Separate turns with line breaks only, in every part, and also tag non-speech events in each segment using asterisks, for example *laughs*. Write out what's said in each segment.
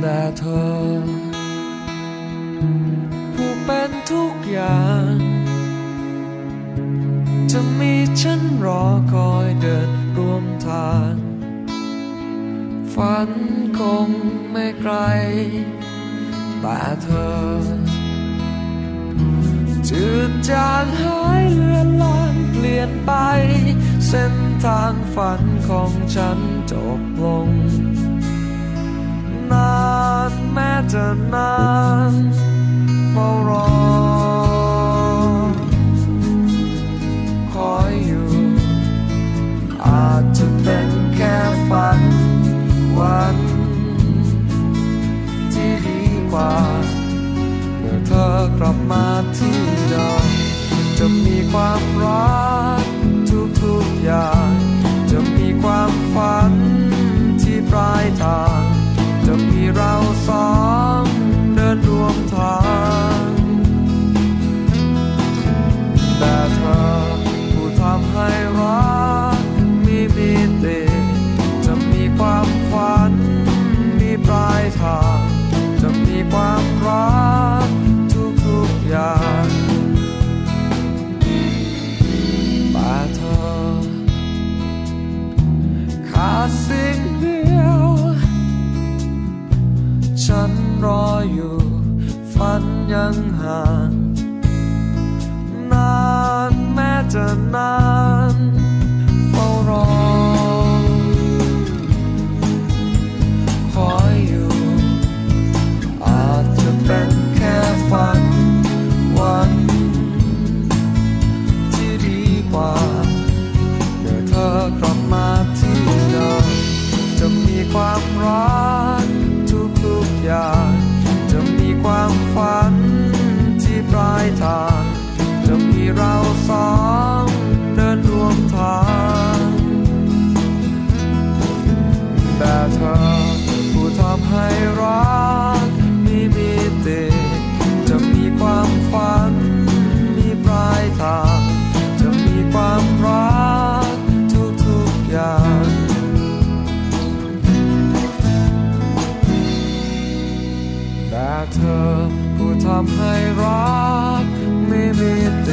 แต่เธอ ผู้เป็นทุกอย่าง จะมีฉันรอคอยเดินร่วมทาง ฝันคงไม่ไกล แต่เธอ จืดจางหายเลือนลางเปลี่ยนไป เส้นทางฝันของฉันจบลง นานแม้จะนานเฝ้ารอ คอยอยู่ อาจจะเป็นแค่ฝัน วัน ที่ดีกว่า เมื่อเธอกลับมาที่เดิมจะมีความรักทุกๆอย่าง จะมีความฝันที่ปลายทาง จะมีเราสองเดินร่วมทาง แต่เธอผู้ทำให้รักมีมิติจะมีความฝัน มีปลายทาง จะมีความรักทุกๆอย่างแต่เธอ ขาดสิ่งเดียว ฉันรออยู่ ฝันยังห่าง นานแม้จะนานเฝ้ารอ คอยอยู่ อาจจะเป็นแค่ฝัน วัน ที่ดีกว่า เมื่อเธอกลับมาที่เดิมจะมีความรักทุกๆอย่าง จะมีความฝันที่ปลายทาง จะมีเราสองเดินร่วมทาง แต่เธอผู้ทำให้รักมีมิติจะมีความฝัน มีปลายทาง จะมีความรักทุกๆอย่าง แต่เธอผู้ทำให้รักไม่มีเด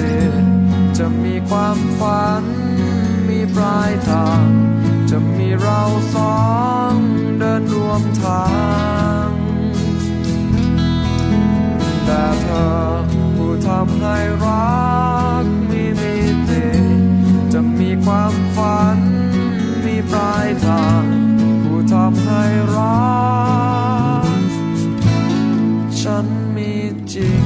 จะมีความฝัน มีปลายทาง จะมีเราสองเดินรวมทาง แต่เธอผู้ทำให้รักมีมิติจะมีความฝัน มีปลายทาง ผู้ทำให้รัก ฉันมีจริง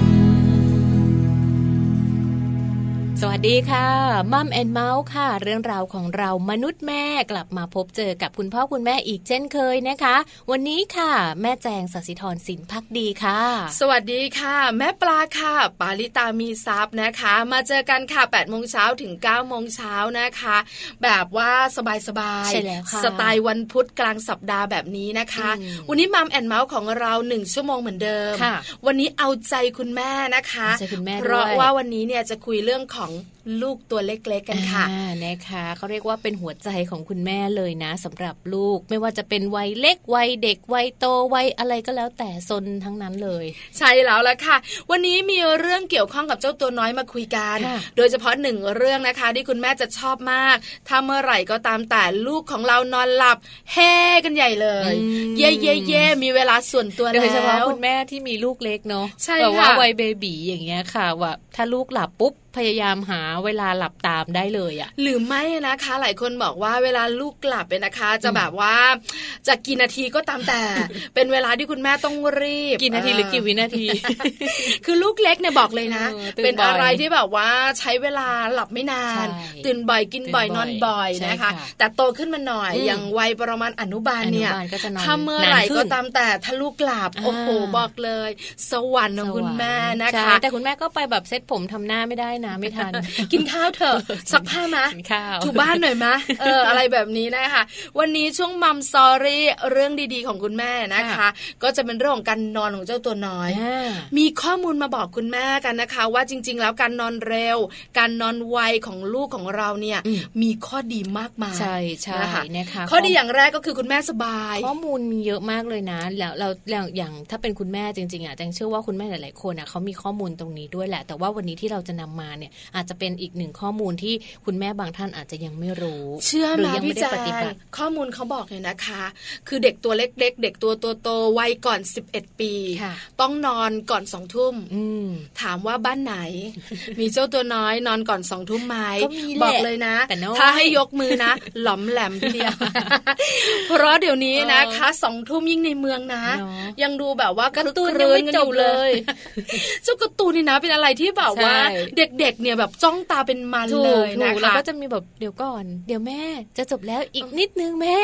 สวัสดีค่ะมัมแอนเมาส์ค่ะ เรื่องราวของเรามนุษย์แม่กลับมาพบเจอกับคุณพ่อคุณแม่อีกเช่นเคยนะคะ วันนี้ค่ะ แม่แจงสศิธรสินพักดีค่ะ
สวัสดีค่ะ แม่ปลาค่ะ ปาลิตามีซัพ์นะคะ มาเจอกันค่ะ8ปดโมงเช้าถึง9ก้าโมงเช้านะคะ แบบว่าสบายสบาย
ใช่แล้วค่ะ
สไตล์วันพุธกลางสัปดาห์แบบนี้นะคะ
อืม
วันนี้มัมแอนเมาส์ของเราหนึ่งชั่วโมงเหมือนเดิม
ค่ะ
วันนี้เอาใจคุณแม่นะคะ
เอาใจคุณแม่ด้วย
เพราะว่าวันนี้เนี่ยจะคุยเรื่องของลูกตัวเล็กๆกันค่ะ
อ่านะคะเขาเรียกว่าเป็นหัวใจของคุณแม่เลยนะสำหรับลูก ไม่ว่าจะเป็นวัยเล็กวัยเด็กวัยโตวัยอะไรก็แล้วแต่ซนทั้งนั้นเลย
ใช่แล้วละค่ะ วันนี้มีเรื่องเกี่ยวข้องกับเจ้าตัวน้อยมาคุยกัน
ค่ะ
โดยเฉพาะหนึ่งเรื่องนะคะ ที่คุณแม่จะชอบมาก ถ้าเมื่อไหร่ก็ตามแต่ลูกของเรานอนหลับเฮกันใหญ่เลย เย่เย่เย่มีเวลาส่วนตัว
โด
แล้ว
ยเฉพาะคุณแม่ที่มีลูกเล็กเนาะ
ใช่
แบบว่า
ค่ะ
วัยเบบีอย่างเงี้ยค่ะว่าถ้าลูกหลับปุ๊บพยายามหาเวลาหลับตามได้เลยอะ
หรือไม่นะคะ หลายคนบอกว่าเวลาลูกกลับเนี่ยนะคะ จะแบบว่าจะกี่นาทีก็ตามแต่
*laughs*
เป็นเวลาที่คุณแม่ต้องรีบ
กี่นาทีหรือกี่วินาที
คือลูกเล็กเนี่ยบอกเลยนะ
เออตื่น
เป็นอะไร
บ่อย
ที่แบบว่าใช้เวลาหลับไม่นาน
ใช่
ตื่นบ่อยกินบ่อย
ตื่น
น
บ่
อ
อย
นบ่อยนะคะ
ใช่ค่ะ
แต่โตขึ้นมาหน่อย
อืม
อย่างวัยประมาณอนุบาล
อนุ
เนี่ย
บาลก็จะนอน
ถ้าเมื่อน
น
ไหร่
ขึ้น
ก็ตามแต่ถ้าลูกกลับ
อ่า
โอ้โหบอกเลย สวรรค์ของคุณแม่นะ
ใช่
คะ
แต่คุณแม่ก็ไปแบบเซ็ตผมทำหน้าไม่ได้นะไม่ทัน
กินข้าวเถ
*laughs*
อะสักผ้ามะ
กินข้าว
ถูบ้านหน่อยมะเอ
*laughs*
ออะไรแบบนี้นะคะวันนี้ช่วงมัมซอรี่เรื่องดีๆของคุณแม่นะคะ
ค่ะ
ก็จะเป็นเรื่องของการนอนของเจ้าตัวน้อย
อ่า
มีข้อมูลมาบอกคุณแม่กันนะคะ ว่าจริง ๆ แล้วการนอนเร็ว การนอนไวของลูกของเราเนี่ย
อืม
มีข้อดีมากมาย
ใช่ใช่
นะคะ
นะคะ
ข้อดีอย่างแรกก็คือคุณแม่สบาย
ข้อมูลมีเยอะมากเลยนะ แล้วเราแล้วอย่างถ้าเป็นคุณแม่จริงๆอ่ะแจงเชื่อว่าคุณแม่หลายๆคนอ่ะเขามีข้อมูลตรงนี้ด้วยแหละ แต่ว่าวันนี้ที่เราจะนำมาเนี่ยอาจจะเป็นอีกหนึ่งข้อมูลที่คุณแม่บางท่านอาจจะยังไม่รู้
เชื่อ
หรื
มา
ยั
พี่
ไม่ได้
จา
ป
ย
ฏิบัติ
ข้อมูลเขาบอกเลยนะคะ คือเด็กตัวเล็ก ๆ เด็กตัวโตๆวัยก่อน 11 ปี
ค่ะ
ต้องนอนก่อนสองทุ่ม
อืม
ถามว่าบ้าน
*laughs*
ไหน มีเจ้าตัวน้อยนอนก่อนสองทุ่มไหม
ก็มีแหละ
บอกเลยนะ
แต่น้อย
ถ้าให้ยกมือนะ *laughs* หลอมแหลมทีเดียว เพราะเดี๋ยวนี้นะคะสองทุ่มยิ่งในเมืองนะ
เนอะ
ยังดูแบบว่า
การ์ตูนยัง
คึรื่
ไม่จบเลย
เจ้าการ์ตูนนี่นะ เป็นอะไรที่แบบว่า
ใช่
เด็กๆ เนี่ยแบบจ้องตาเป็นมัน
ถู
เล
ก
ย
ถู
นะ
ก
คะ
แล้วก็จะมีแบบเดี๋ยวก่อน เดี๋ยวแม่ จะจบแล้วอีกนิดนึงแม่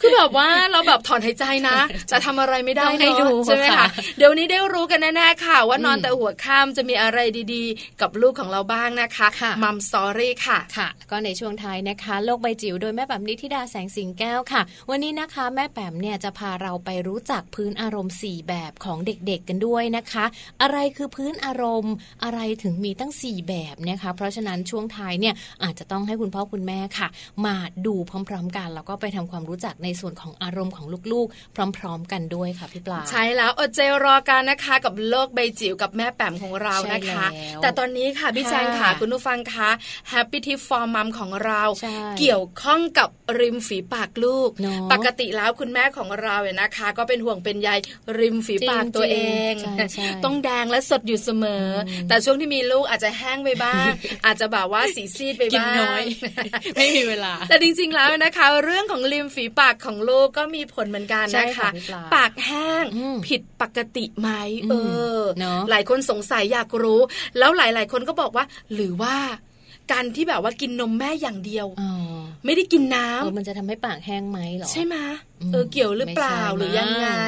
คือแบบว่าเราแบบถอนหายใจ
*laughs*
นะ จะทำอะไรไม่ได้
ต้องให้
เนอะ
ดู
ใช่ไหม
ค่ะ
คะเดี๋ยวนี้ได้รู้กันแน่ๆค่ะ ว่านอน
อืม
แต่หัวข้ามจะมีอะไรดีๆ กับลูกของเราบ้างนะคะ
ค่ะ
มัมสอรี่ค่ะ
ค่ะแล้วก็ในช่วงท้ายนะคะ โลกใบจิ๋วโดยแม่แปมนิธิดาแสงสิงแก้วค่ะ วันนี้นะคะแม่แปมเนี่ยจะพาเราไปรู้จักพื้นอารมณ์ 4 แบบของเด็กๆกันด้วยนะคะ อะไรคือพื้นอารมณ์ อะไรถึงมีตั้ง 4 แบบนะคะ เพราะฉะนั้นช่วงท้ายเนี่ยอาจจะต้องให้คุณพ่อคุณแม่ค่ะ มาดูพร้อมๆกัน แล้วก็ไปทำความรู้จักในส่วนของอารมณ์ของลูกๆ พร้อม ๆ กันด้วยค่ะพี่ปลา
ใช่แล้วอดใจรอกันนะคะ กับโลกใบจิ๋วกับแม่แปมของเรานะคะ
ใช่แล้ว
แต่ตอนนี้ค่ะพี่
ค่ะ
แจงค่ะคุณผู้ฟังคะ Happy Tip for Mom ของเรา
ใช่
เกี่ยวข้องกับริมฝีปากลูก
เนอะ
ปกติแล้วคุณแม่ของเราเนี่ยนะคะ ก็เป็นห่วงเป็นใยริมฝีปากตัวเอง
จริงๆใช่ใช่
ต้องแดงและสดอยู่เสมออแต่ช่วงที่มีลูกอาจจะแห้งไปบ้าง
*laughs*
อาจจะแบบว่าสีซีดไป
กิน
บ้าง
น้อย ไม่มีเวลา
*laughs* แต่จริงๆแล้วนะคะ เรื่องของริมฝีปากของลูกก็มีผลเหมือนกัน
ใช่
นะ
ค่ะ
คะ
พี่ปลา
ปากแห้ง
อืม
ผิดปกติไหม
อืม
เออ
เนอะ
หลายคนสงสัยอยากรู้ แล้วหลายๆ คนก็บอกว่า หรือว่า การที่แบบว่ากินนมแม่อย่างเดียว
อ๋อ
ไม่ได้กินน้ำ
เออมันจะทำให้ปากแห้งไหมเหรอ
ใช่ไหม
อืม
เออเกี่ยวหรือเปล่า
ไม่ใช่
หรือยัง
*laughs*
ไง
มั้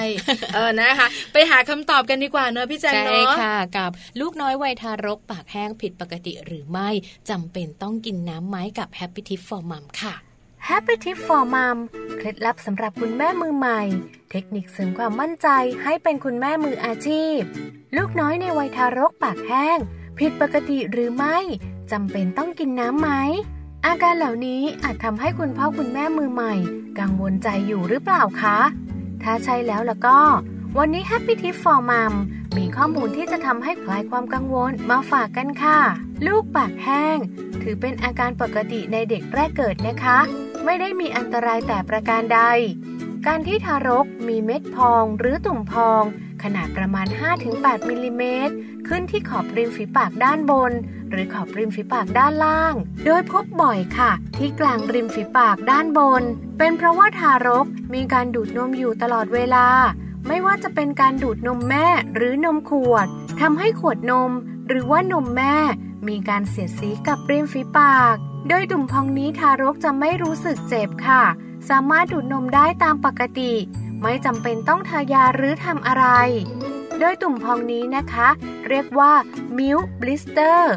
เออนะคะ ไปหาคำตอบกันดีกว่าเนอะพี่แจง
ใช่
เนาะ
ค่ะกับลูกน้อยวัยทารกปากแห้งผิดปกติหรือไม่จำเป็นต้องกินน้ำไหมกับ Happy Tip for Mom ค่ะ
Happy Tip for Mom เคล็ดลับสำหรับคุณแม่มือใหม่ เทคนิคเสริมความมั่นใจให้เป็นคุณแม่มืออาชีพ ลูกน้อยในวัยทารกปากแห้ง ผิดปกติหรือไม่จำเป็นต้องกินน้ำไหม อาการเหล่านี้อาจทำให้คุณพ่อคุณแม่มือใหม่ กังวลใจอยู่หรือเปล่าคะ ถ้าใช่แล้วแล้วก็ วันนี้ Happy Tip for Mom มีข้อมูลที่จะทำให้คลายความกังวลมาฝากกันค่ะ ลูกปากแห้ง ถือเป็นอาการปกติในเด็กแรกเกิดนะคะ ไม่ได้มีอันตรายแต่ประการใด การที่ทารกมีเม็ดพองหรือตุ่มพอง ขนาดประมาณ 5-8 มิลลิเมตร ขึ้นที่ขอบริมฝีปากด้านบน หรือขอบริมฝีปากด้านล่าง โดยพบบ่อยค่ะ ที่กลางริมฝีปากด้านบน เป็นเพราะว่าทารกมีการดูดนมอยู่ตลอดเวลา ไม่ว่าจะเป็นการดูดนมแม่หรือนมขวดทำให้ขวดนม หรือว่านมแม่ มีการเสียดสีกับริมฝีปาก โดยตุ่มพองนี้ทารกจะไม่รู้สึกเจ็บค่ะ สามารถดูดนมได้ตามปกติ ไม่จำเป็นต้องทายาหรือทำอะไร โดยตุ่มพองนี้นะคะ เรียกว่ามิลบลิสเตอร์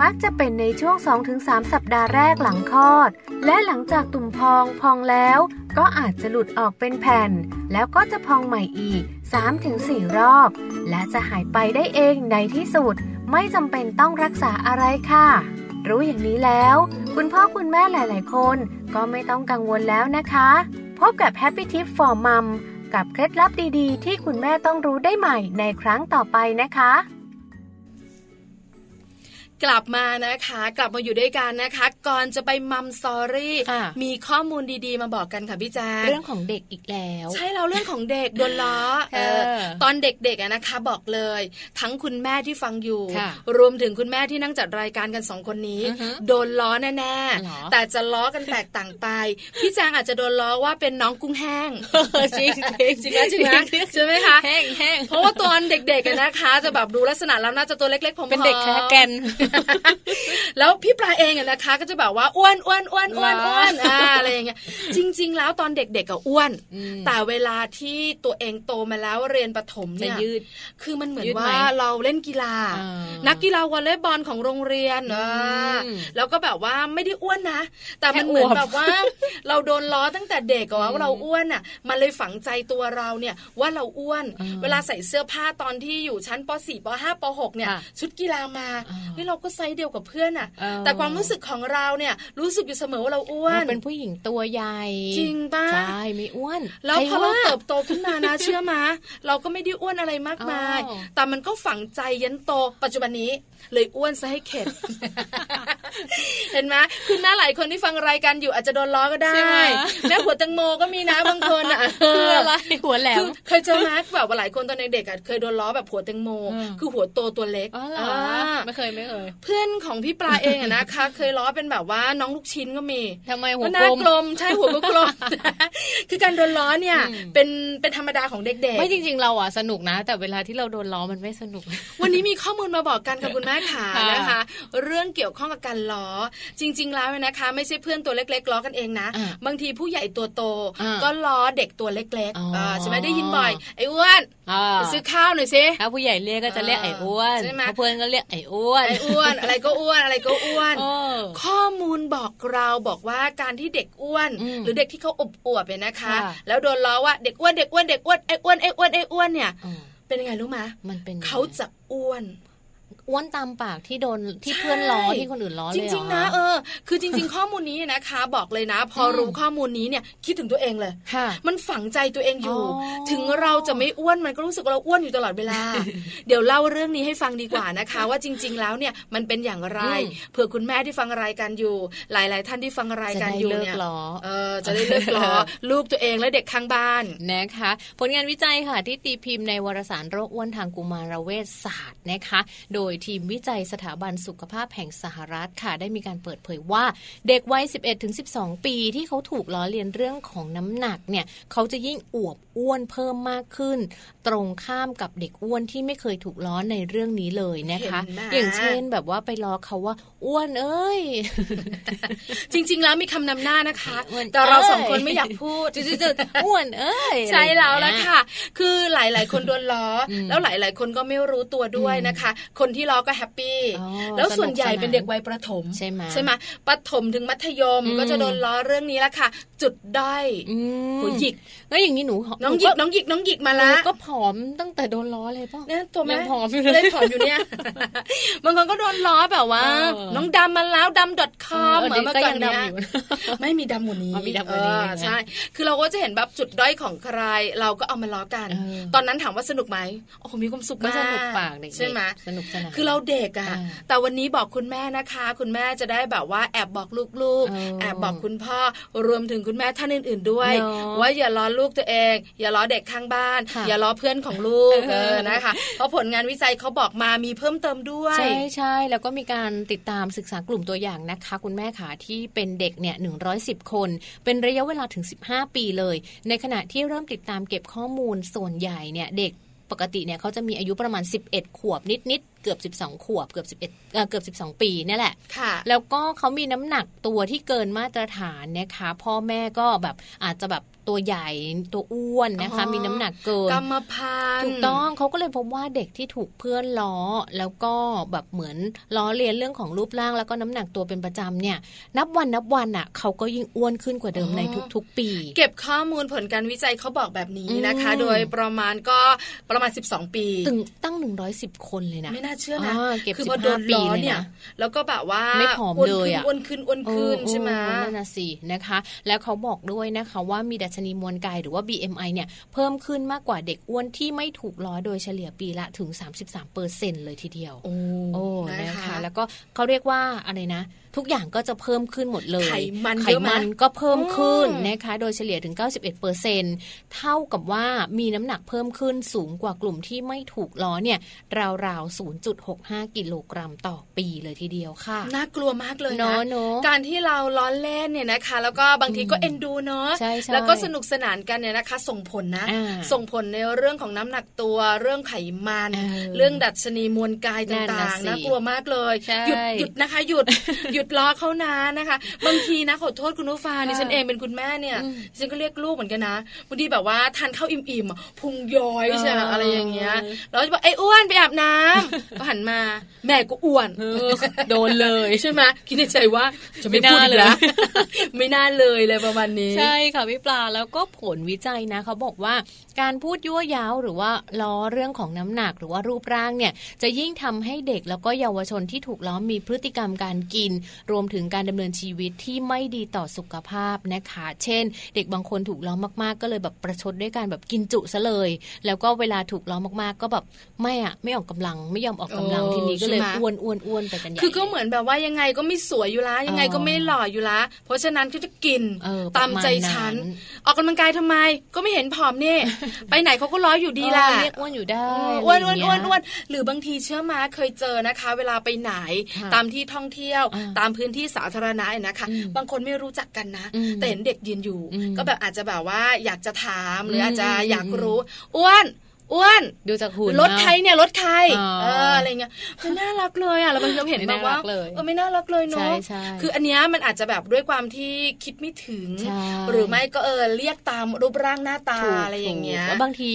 มักจะเป็นในช่วง 2-3 สัปดาห์แรกหลังคลอด และหลังจากตุ่มพองพองแล้ว ก็อาจจะหลุดออกเป็นแผ่น แล้วก็จะพองใหม่อีก 3-4 รอบ และจะหายไปได้เองในที่สุด ไม่จำเป็นต้องรักษาอะไรค่ะ รู้อย่างนี้แล้ว คุณพ่อคุณแม่หลาย ๆ คนก็ไม่ต้องกังวลแล้วนะคะ พบกับ Happy Tip for Mom กับเคล็ดลับดี ๆ ที่คุณแม่ต้องรู้ได้ใหม่ในครั้งต่อไปนะคะ
กลับมานะคะ กลับมาอยู่ด้วยกันนะคะ ก่อนจะไปมัมสอรี่
ค่ะ
มีข้อมูลดีๆ มาบอกกันค่ะพี่แจง
เรื่องของเด็กอีกแล้ว
ใช่เราเรื่องของเด็ก *laughs* โดนล้อ
เออ
ตอนเด็กๆอะนะคะ บอกเลย ทั้งคุณแม่ที่ฟังอยู่
ค่ะ
รวมถึงคุณแม่ที่นั่งจัดรายการกันสองคนนี้
อือฮึ
โดนล้อแน่
เหรอ
ๆแต่จะล้อกันแตกต่างไป พี่แจงอาจจะโดนล้อว่าเป็นน้องกุ้งแห้ง
จริง
*laughs* จริงไหมจริงไหมใช่ไหมคะ
แห้งแห้ง
เพราะว่าตอนเด็กๆอะนะคะ จะแบบดูลักษณะแล้วน่าจะตัวเล็กๆผมๆ
เป็นเด็กแค่แกน
แล้วพี่ปลาเองอะนะคะ ก็จะแบบว่าอ้วนอ้วนอ้วนอ้วน
เหรอ
อ้วนอ่าอะไรอย่างเงี้ยจริง ๆ แล้วตอนเด็กๆก็อ้วน
อืม
แต่เวลาที่ตัวเองโตมาแล้วเรียนประถม
จะ
เนี่ย
ยืด
คือมันเหมือน
ยืดไหม
ว่าเราเล่นกีฬา
อ่านั
นักกีฬาวอลเลย์บอลของโรงเรียนอ่า
อืม
แล้วก็แบบว่าไม่ได้อ้วนนะ แต่
แค่
มันเหมือน
อวบ
แบบว่า เราโดนล้อตั้งแต่เด็กอะว่าเราอ้วนอ่ะ มันเลยฝังใจตัวเราเนี่ยว่าเราอ้วน
อ่า
เวลาใส่เสื้อผ้าตอนที่อยู่ชั้นป .4 ป .5 ป .6 เนี่ย
ค่ะ
ชุดกีฬามา
อ่า
เฮ้ยเราก็ไซส์เดียวกับเพื่อนอ่ะ
เออ
แต่ความรู้สึกของเราเนี่ยรู้สึกอยู่เสมอว่าเราอ้ว
เรา
น
เป็นผู้หญิงตัวใหญ่
จริงปะ
ใช่ไม่อ้วน
แล้วพอเรา
ใค
เติบโตขึ้นมานะ เชื่อมาเราก็ไม่ได้อ้วนอะไรมากมาย
อ้าว
แต่มันก็ฝังใจยันโตปัจจุบันนี้ เลยอ้วนซะให้
*laughs*
เข็ด เห็นไหมคือหน้าหลายคนที่ฟังรายการอยู่อาจจะโดนล้อก็ได้แม่หัวแตังโมก็มีนะบ *laughs* างคนอ่ะ
คืออะไรหัวแหล
คื
ม
อเคยเจอมาร์กแบบว่าหลายคนตอนเด็กๆอ่ะเคยโดนล้อแบบหัวแตงโม
อืม
คือหัวโตตัวเล็ก
อ๋อเหรอ
อ่า
ไม่เคยไม่เคย
เพื่อนของพี่ปลาเองอะนะคะ
*laughs*
เคยล้อเป็นแบบว่าน้องลูกชิ้นก็มี
ทำไมหั
หั
ว
ว
กลม
กลมใช่หัวก็กลม
*laughs*
คือการโดนล้อเนี่ย
อืม
เป็นเป็นธรรมดาของเด็ก
ไม่จริงๆเราอ่ะสนุกนะ แต่เวลาที่เราโดนล้อมันไม่สนุก
ๆ วันนี้มีข้อมูลมาบอกกันค่ะคุณแม่ขา
ค่ะ
นะคะ เรื่องเกี่ยวข้องกับการล้อ จริง ๆ แล้วเนี่ยนะคะ ไม่ใช่เพื่อนตัวเล็กๆล้อกันเองนะ
อ่า
บางทีผู้ใหญ่ตัวโต
อ่า
ก็ล้อเด็กตัวเล็ก
อ๋ออ่
ๆาใช่ไหมได้ยินบ่อยไอ้อ้วน
อ่า
ไปซื้อข้าวหน่อยสิ
ถ้าผู้ใหญ่เรียกก็จะเรียกไอ้อ้วน
ใช่ไหม
ถ้าเพื่อนก็เรียกไอ้อ้วน
ไอ้อ้วนอะไรก็อ้วนอะไรก็อ้วน
เออ
ข้อมูลบอกเราบอกว่าการที่เด็กอ้วน
อืม
หรือเด็กที่เขาอบอวบเนี่ยนะคะ
ค่ะ
แล้วโดนล้อว่าเด็กอ้วนเด็กอ้วนเด็กอ้วนไอ้อ้วนไอ้อ้วนไอ้อ้วนเนี่ย
เออ
เป็นยังไงรู้ไหม
มันเป็น
เขาจะอ้วน
อ้วนตามปากที่โดนที่เพื่อนล้อที่คนอื่นล้อเลย
จ
เหอ
ริง ๆ นะเออคือจริง
*laughs*
ๆ ข้อมูลนี้นะคะ บอกเลยนะ พออ
ม
รู้ข้อมูลนี้เนี่ยคิดถึงตัวเองเลย
ค่ะ
มันฝังใจตัวเองอยู่
อ๋อ
ถึงเราจะไม่อ้วนมันก็รู้สึกว่าเราอ้วนอยู่ตลอดเว
*laughs*
ลา เดี๋ยวเล่าเรื่องนี้ให้ฟังดีกว่านะคะ ว่าจริง ๆ แล้วเนี่ยมันเป็นอย่างไร
อืม
เผื่อคุณแม่ที่ฟังรายการอยู่ หลาย ๆ ท่านที่ฟังราย
จะ
การ
ได้
อยู่
เลิก
เนี่ย
ล้อ
เออจะได้เลิกล้อ ลูกตัวเองและเด็กข้างบ้าน
นะคะผลงานวิจัยค่ะที่ตีพิมพ์ในวารสารโรคอ้วนทางกุมารเวชศาสตร์นะคะ โดยทีมวิจัยสถาบันสุขภาพแห่งสหรัฐค่ะ ได้มีการเปิดเผยว่า เด็กวัย 11-12 ปีที่เขาถูกล้อเลียนเรื่องของน้ำหนักเนี่ยเขาจะยิ่งอวบอ้วนเพิ่มมากขึ้น ตรงข้ามกับเด็กอ้วนที่ไม่เคยถูกล้อในเรื่องนี้เลยนะคะ
เห็นไหม
อย่างเช่นแบบว่าไปล้อเขาว่าอ้วนเอ้ย
จริง ๆ แล้วมีคำนำหน้านะคะ
*laughs* อ้วน
แต่เราสอง
เอ้ย
คนไม่อยากพูด
จุดๆๆอ้วนเอ้ย *laughs*
ใช่แล้ว
อะไรอ
ละ
ย่างเงี้ย
ค่ะ คือหลาย ๆ คนโดนล้ออ
ม
แล้วหลาย ๆ คนก็ไม่รู้ตัวด้วยนะคะ คนที่ล้อก็แฮปปี้
อ๋อ
แล้วส่วนให
ส
ญ่
นุกสนาน
เป็นเด็กวัยประถม
ใช่ไหม
ไหมปฐมถึงมัธยม
อืม
ก็จะโดนล้อเรื่องนี้ละค่ะ จุดด้อย
อืม
หัวหยิก
แล้วอย่างนี้หนู
น้องห
ห
ยิก
ก็
น้องหยิกน้องหยิกมา
ห
ละ
นูก็ผอมตั้งแต่โดนล้อเลยป่ะ
เนี่ยตัวแม่
ยังผอมอยู่เลย
นผอมอยู่เนี่ย *laughs* บางคนก็โดนล้อแบบว่า
เออ
น้องดำมาแล้วดำ .com
เออ
เหมือ
เด็ก
นเมื่อ
ก็
ก่อ
ยั
น
ง
เนี้
ดำ
ย
อยู่
ไม่มีดำกว่านี้
อ๋อมีดำกว่านี้
เออใช่ คือเราก็จะเห็นแบบจุดด้อยของใคร เราก็เอามาล้อกัน
เออ
ตอนนั้นถามว่าสนุกไหมโอ้โหมีความสุข
ก็
มาก
สนุกปากเด็กๆ
ใช่ไหม
สนุกสนาน
คือเราเด็กอะ
อ่า
แต่วันนี้บอกคุณแม่นะคะ คุณแม่จะได้แบบว่าแอบบอกลูก
เออ
ๆ แอบบอกคุณพ่อ รวมถึงคุณแม่ท่านอื่น ๆด้วย
เนอะ
ว่าอย่าล้อลูกตัวเอง อย่าล้อเด็กข้างบ้าน
ค่ะ
อย่าล้อเพื่อนของลู
*laughs*
ก
เอ
เอ
อ
อนะคะ เพราะผลงานวิจัยเขาบอกมามีเพิ่มเติมด้วย
ใช่ใช่แล้วก็มีการติดตามศึกษากลุ่มตัวอย่างนะคะ คุณแม่ขาที่เป็นเด็กเนี่ย110 คน เป็นระยะเวลาถึง 15 ปีเลย ในขณะที่เริ่มติดตามเก็บข้อมูลส่วนใหญ่เนี่ยเด็กปกติเนี่ยเขาจะมีอายุประมาณ 11 ขวบนิดๆเกือบ 12 ขวบเกือบ11เอ่อเกือบ12 ปีเนี่ยแหละ
ค่ะ
แล้วก็เขามีน้ำหนักตัวที่เกินมาตรฐานนะคะ พ่อแม่ก็แบบอาจจะแบบตัวใหญ่ตัวอ้วนนะคะ
อ๋อ
มีน้ำหนักเกิน
กรรมพันธุ์
ถูกต้องเขาก็เลยพบว่าเด็กที่ถูกเพื่อนล้อ แล้วก็แบบเหมือนล้อเลียนเรื่องของรูปร่างแล้วก็น้ำหนักตัวเป็นประจำเนี่ย นับวันนับวันอ่ะเขาก็ยิ่งอ้วนขึ้นกว่าเดิม
อ๋อ
ในทุกๆ ปี
เก็บข้อมูลผลการวิจัยเขาบอกแบบนี้นะคะ
อืม
โดยประมาณก็ประมาณ 12 ปี
ถึงตั้ง 110 คนเลยนะ
ไม่น่าเชื่อนะ
อ่าเก็บ
คื
15
พอโดนล้อ
ปีเลยนะ
เนี่ยแล้วก็แบบว่า
ไม่ผอม
วน
เลย
ขึ้น
อะ
อ้วนขึ้นอ้วนขึ้น
เออ
ใช่ไหม
เออนั่นน่ะสินะคะ แล้วเขาบอกด้วยนะคะว่ามีดัชนีมวลกายหรือว่า BMI เนี่ยเพิ่มขึ้นมากกว่าเด็กอ้วนที่ไม่ถูกล้อโดยเฉลี่ยปีละถึง 33เปอร์เซ็นเลยทีเดียว
โอ้
โอ้
นะ
นะคะ คะ แล้วก็เขาเรียกว่าอะไรนะ
ถู
ทุกอย่างก็จะเพิ่มขึ้นหมดเลย
ไขมัน
ไข
เยอะไหม
มันก็เพิ่มขึ้น
อืม
นะคะ โดยเฉลี่ยถึง 91%เท่ากับว่ามีน้ำหนักเพิ่มขึ้นสูงกว่ากลุ่มที่ไม่ถูกล้อเนี่ย ราวๆ 0.65 กิโลกรัมต่อปีเลยทีเดียวค่ะ
น่ากลัวมากเลย
เนาะ
นะ
เนาะ
การที่เราล้อเล่นเนี่ยนะคะ แล้วก็บางทีก็
อืม
เอ็นดูเนาะ
ใช่ใช่
แล้วก็สนุกสนานกันเนี่ยนะคะ ส่งผลนะ
อ่า
ส่งผลในเรื่องของน้ำหนักตัว เรื่องไขมัน
เออ
เรื่องดัชนีมวลกายต
นั่น่
า
น่ะสิ
งๆน่ากลัวมากเลย
ใช่
หยุดหยุดนะคะหยุด หยุดล้อเขานะนะคะ บางทีนะขอโทษคุณนุฟา
ค่ะ
ดิฉันเองเป็นคุณแม่เนี่ย
อืม
ดิฉันก็เรียกลูกเหมือนกันนะบางทีแบบว่าทานข้าวอิ่มๆอ่ะพุงย้อยใช่ไหม
เอออ
อะไรอย่างเงี้ยแล้วจะบอกไอ้อ้วนไปอาบน้ำ ก็หันมาแม่กูอ้วน
เออโดนเลย
ใช่ไหมคิดในใจว่าจะไม่พูด
ไม่
อีก
น่าเลย
แล้ว *laughs* ไม่น่าเลยเลยประมาณนี้
ใช่ค่ะพี่ปลาแล้วก็ผลวิจัยนะเขาบอกว่าการพูดยั่วยาวหรือว่าล้อเรื่องของน้ำหนักหรือว่ารูปร่างเนี่ย จะยิ่งทำให้เด็กแล้วก็เยาวชนที่ถูกล้อมมีพฤติกรรมการกิน รวมถึงการดำเนินชีวิตที่ไม่ดีต่อสุขภาพนะคะ เช่น เด็กบางคนถูกล้อมมากๆ ก็เลยแบบประชดด้วยการแบบกินจุซะเลย แล้วก็เวลาถูกล้อมมากๆ ก็แบบไม่อะไม่ออกกำลังไม่ยอมออกกำลัง
โอ้
ทีนี้ก็เลย
ใช่ไหม
อ้วนอ้วนอ้วนไปกันใหญ่
คือก็เหมือนแบบว่ายังไงก็ไม่สวยอยู่ละยังไงก็ไม่หล่ออยู่ละเพราะฉะนั้นก็จะกิน
เออ
ตามใจ
ประมาณนั้น
ฉัน ออกกำลังกายทำไม ก็ไม่เห็นผอม *laughs* เนี่ย ไปไหนเขาก็ร้อยอยู่ดีล่ะ
เออเรียกอ้วนอยู่ได้
อ้วนอ้ว
ะ
น
ไร
อ้ว
ย่าน งเงี้ย
อ้วนหรือบางทีเชื่อมาเคยเจอนะคะ เวลาไปไหน
ค่ะ
ตามที่ท่องเที่ยว
อ่า
ตามพื้นที่สาธารณะเนี่ยนะคะ
อืม
บางคนไม่รู้จักกันนะ
อืม
แต่เห็นเด็กยืนอยู่
อืม
ก็แบบอาจจะแบบว่าอยากจะถามหรืออาจจะ
อืม
อยากรู้อ้วนอ้วน
ดูจากหุ่น
รถใคร
เนาะ
เนี่ยรถใคร
อ๋อ
เอออะไรเงี้ยมันน่ารักเลยอ่ะเราบางทีเราเห็น
ไม่
แบ
น่า
บว่า
รักเลย
เออไม่น่ารักเลยเนาะ
ใช่ใช่
คืออันเนี้ยมันอาจจะแบบด้วยความที่คิดไม่ถึง
ใช่
หรือไม่ก็เออเรียกตามรูปร่างหน้าตา
ถูก
อะไรอย่างเงี้ย
ถูกแล้วบางที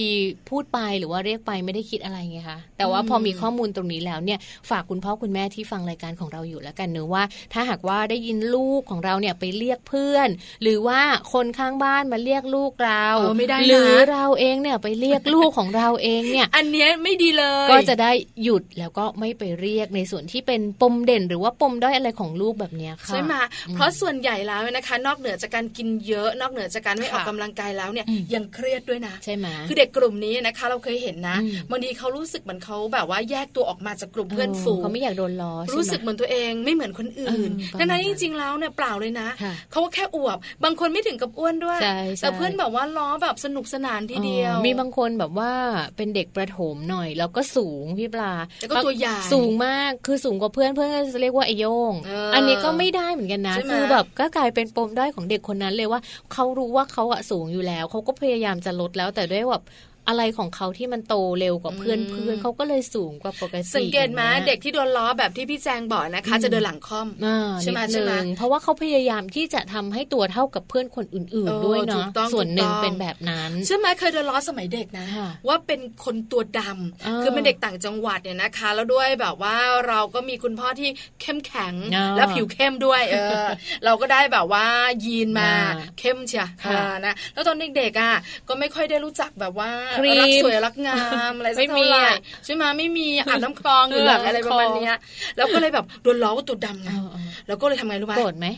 พูดไปหรือว่าเรียกไปไม่ได้คิดอะไรไงคะแต่ว่า
อืม
พอมีข้อมูลตรงนี้แล้วเนี่ยฝากคุณพ่อคุณแม่ที่ฟังรายการของเราอยู่แล้วกันเนอะว่า ถ้าหากว่าได้ยินลูกของเราเนี่ยไปเรียกเพื่อน หรือว่าคนข้างบ้านมาเรียกลูกเรา
เออไม่ได้นะ
หรือเราเองเนี่ยไปเรียกลูกของเราเองเนี่ย
อันเนี้ยไม่ดีเลย
ก็จะได้หยุดแล้วก็ไม่ไปเรียกในส่วนที่เป็นปมเด่น หรือว่าปมด้อยอะไรของลูกแบบเนี้ยค่ะ
ใช่ไหมเพราะส่วนใหญ่แล้วนะคะ นอกเหนือจากการกินเยอะ นอกเหนือจากการไม่ออก
ค่ะ
กำลังกายแล้วเนี่ย
อืม
ยังเครียดด้วยนะ
ใช่ไหม
คือเด็กกลุ่มนี้นะคะเราเคยเห็นนะ
อืม
บางทีเขารู้สึกเหมือนเขาแบบว่าแยกตัวออกมาจากกลุ่มเพื่อนฝูง
เขาไม่อยากโดนล้อใช่ไหม
รู้สึกเหมือนตัวเองไม่เหมือนคนอื่น
เออประมาณ
ดังนั้น
นั้น
จริงๆแล้วเนี่ยเปล่าเลยนะ
ค่ะ
เขาก็แค่อวบ บางคนไม่ถึงกับอ้วนด้วย
ใช่ใช่
แต่เพื่อนแบบว่าล้อแบบสนุกสนานทีเดียว
อ๋อมีบางคนแบบว่าเป็นเด็กประถมหน่อย แล้วก็สูงพี่ปลา
แล้วก็ตัวใหญ่
สูงมากคือสูงกว่าเพื่อนเพื่อนก็จะเรียกว่าไอโยง
เอออั
นนี้ก็ไม่ได้เหมือนกันนะ
ใช่ไหม
คือแบบก็กลายเป็นปมด้อยของเด็กคนนั้นเลยว่าเขารู้ว่าเขาอะสูงอยู่แล้วเขาก็พยายามจะลดแล้วแต่ด้วยแบบอะไรของเขาที่มันโตเร็วกว่าเพื่อนเพื่อนเขาก็เลยสูงกว่าปกติ
สังเกตไหม
อย่างงี้ย
เด็กที่โดนล้อแบบที่พี่แจงบอกนะคะ
อืม
จะเดินหลังคอม
อ่า
ใช่ไหม
นิด
ใช่ไหม
นึงเพราะว่าเขาพยายามที่จะทำให้ตัวเท่ากับเพื่อนคนอื่น
เออ
ๆ ด้วย
ถู
เนาะ
กต้อง
ส่วนหนึ่ง
ถูกต้อง
เป็นแบบนั้น
เชื่อไหมเคยโดนล้อสมัยเด็กนะ
ค่ะ
ว่าเป็นคนตัวดำ
อ่า
คือเป็นเด็กต่างจังหวัดเนี่ยนะคะ แล้วด้วยแบบว่าเราก็มีคุณพ่อที่เข้มแข็ง
อ่า
และผิวเข้มด้วย เอ
*laughs*
อ เราก็ได้แบบว่ายีนมา
อ่า
เข้มเชีย
ค่ะ
อ่านะแล้วตอนเด็กๆอ่ะก็ไม่ค่อยได้รู้จักแบบว่า
ครีม
รัสวยรักงามอะไรสั
ไม่
ก
มี
เท่าไหร่
อ่ะ
ใช่ไหมไม่มีอาบน้ำคลองหรือหลังอะไรประมาณเนี้ยแล้วก็เลยแบบโดนล้อว่าตัวดำไง
เออเออ
แล้วก็เลยทำไงรู้ไหม
โกรธไหม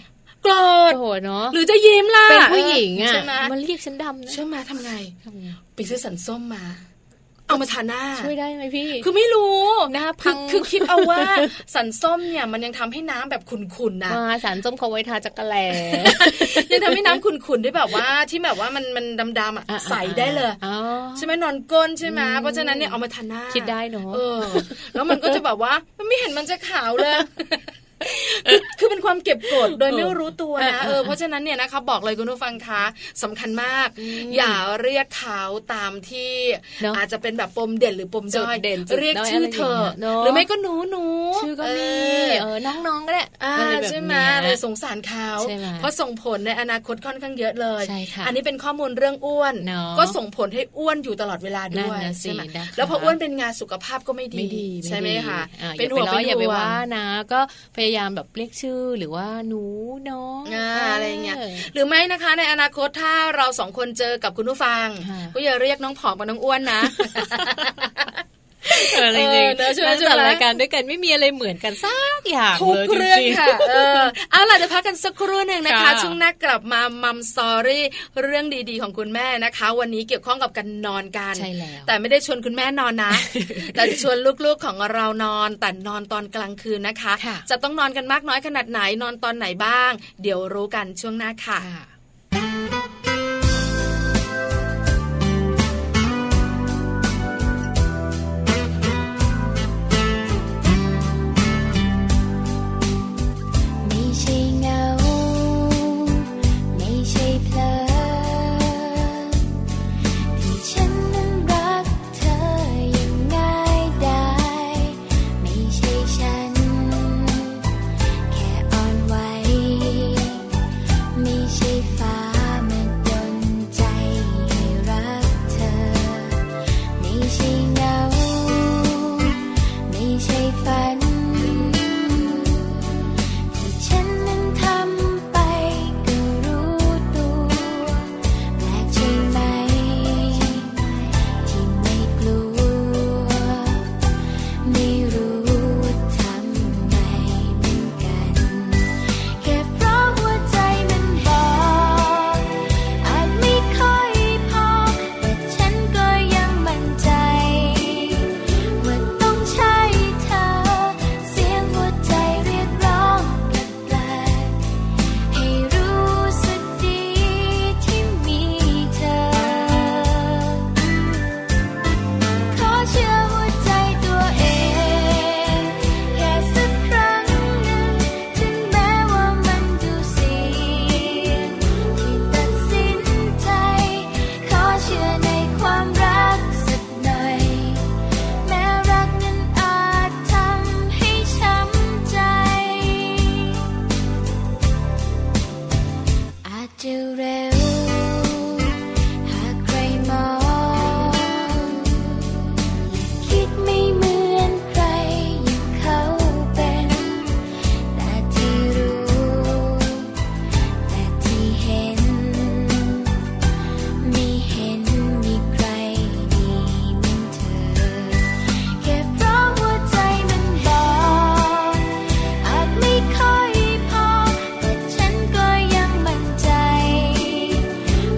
โกรธ
โกรธเนาะ
หรือจะยิ้มล่ะ
เป็นผู้หญิงอ่ะ
ใช่ไหม
มันเรียกฉันดำนะ
ใช่ไหมทำไง
ทำไง
ไปซื้อสันส้มมา เอามาทาหน้า
ช่วยได้ไหมพี่
คือไม่รู้
หน้าพัง
คือคือคิดเอาว่า สันส้มเนี่ยมันยังทำให้น้ำแบบขุ่นๆนะ
มาสารส้มเขาไว้ทาจักรแล
ยังทำให้น้ำขุ่นๆด้วยแบบว่าที่แบบว่ามันมันดำๆอ่ะ
อ่ะ
*laughs* ใสได้เลย
อ๋อ
ใช่ไหมนอนก้นใช่ไหม
อืม
เพราะฉะนั้นเนี่ยเอามาทาหน้า
คิดได้เนอะ
เออ แล้วมันก็จะแบบว่า มันไม่เห็นมันจะขาว
*laughs*
เลยคือคือเป็นความเก็บกดโดยไม่รู้ตัวนะ
เออเออ
เออเพราะฉะนั้นเนี่ยนะคะบอกเลยคุณผู้ฟังคะสำคัญมาก อย่าเรียกเขาตามที่
เนอะ
อาจจะเป็นแบบปมเด่นหรือปม
จุ
ด้
ด
อย
เด่นจุด
เรียก
ด้อย
ชื่อ
อะไรอย่าง
เธอ
เงี้ยเนอะ
หรือไม่ก็หนูหนู
ชื่อก็มี
เออ
เออน้องๆก็ได้
อ่า
อะไรแบบ
ใช่ไหม
เนี้ย
เลยสงสารเขา
ใช่ไหม
เพราะส่งผลในอนาคตค่อนข้างเยอะเลย
ใช่ค่ะ
อันนี้เป็นข้อมูลเรื่องอ้วน
เนอะ
ก็ส่งผลให้อ้วนอยู่ตลอดเวลาด้
นั่
วนย
น่ะสิ
ใช่ไหม
นะคะ
แล้วพออ้วนเป็นงานสุขภาพก็ไม่
ไม่ดี
ใช่ไหมคะ
อ่า
เป็นห่วงเป็น
อย่าไปล้ออย่าไป
ห่วง
ว่านะ ก็พยายามแบบเรียกชื่อหรือว่าหนูน้อง
อ่าอะไรอย่างเงี้ย
อ
หรือไม่นะคะในอนาคตถ้าเราสองคนเจอกับคุณผู้ฟัง
ค่ะ
ก็อย่าเรียกน้องผอมกับน้องอ้วนนะ
เออจริง
เออเนอะ
ๆ
ใช่ไหม
นั่งจัด
ใช่ไหม
รายการด้วยกันไม่มีอะไรเหมือนกันสักอย่าง
ทุก
เลยจ
เรื่อง
ริงๆ
ค่ะ เออเอาล่ะเดี๋ยวพักกันสักครู่หนึ่งนะคะ
ค่ะ
ช่วงหน้ากลับมามัมสตอรี่เรื่องดีๆของคุณแม่นะคะ วันนี้เกี่ยวข้องกับการนอนกัน
ใช่แล้ว
แต่ไม่ได้ชวนคุณแม่นอน
*laughs*
นะ แต่จะชวนลูกๆของเรานอน แต่นอนตอนกลางคืนนะคะ
ค่ะ
จะต้องนอนกันมากน้อยขนาดไหนนอนตอนไหนบ้าง เดี๋ยวรู้กันช่วงหน้าค่ะ
ค่ะ
ไม่ใช่เงา ไม่ใช่เพลินที่ฉันนั้นรักเธออย่างง่ายดายไม่ใช่ฉัน แค่อ่อนไหว ไม่ใช่ฟ้ามาดนใจให้รักเธอ ไม่ใช่เงา ไม่ใช่ฝัน ที่ฉันนั้นทำไปก็รู้ตัว แปลกใช่ไหม ที่ไม่กลัว ไม่รู้ว่าทำไมเหมือนกัน แค่เพราะหัวใจมันบอก อาจไม่ค่อยพอ แต่ฉันก็ยังมั่นใจ ว่าต้องใช่เธอ เสียงหัวใจเรียกร้องแปลกๆให้รู้สึกดีที่มีเธอ ขอเชื่อหัวใจตัวเอง แค่สักครั้งหนึ่งถึงแม้ว่ามันดูเสี่ยงที่ตัดสินใจ ขอเชื่อในความรักสักหน่อย แม้รักนั้นอาจทำให้ช้ำใจ อาจจะเร็ว หากใครมองและคิดไม่เหมือนใครอย่างเขาเป็น แต่ที่รู้ แต่ที่เห็น ไม่เห็นมีใครดีเหมือนเธอ แค่เพราะหัวใจมันบอก อาจไม่ค่อยพอ แต่ฉันก็ยังมั่นใจ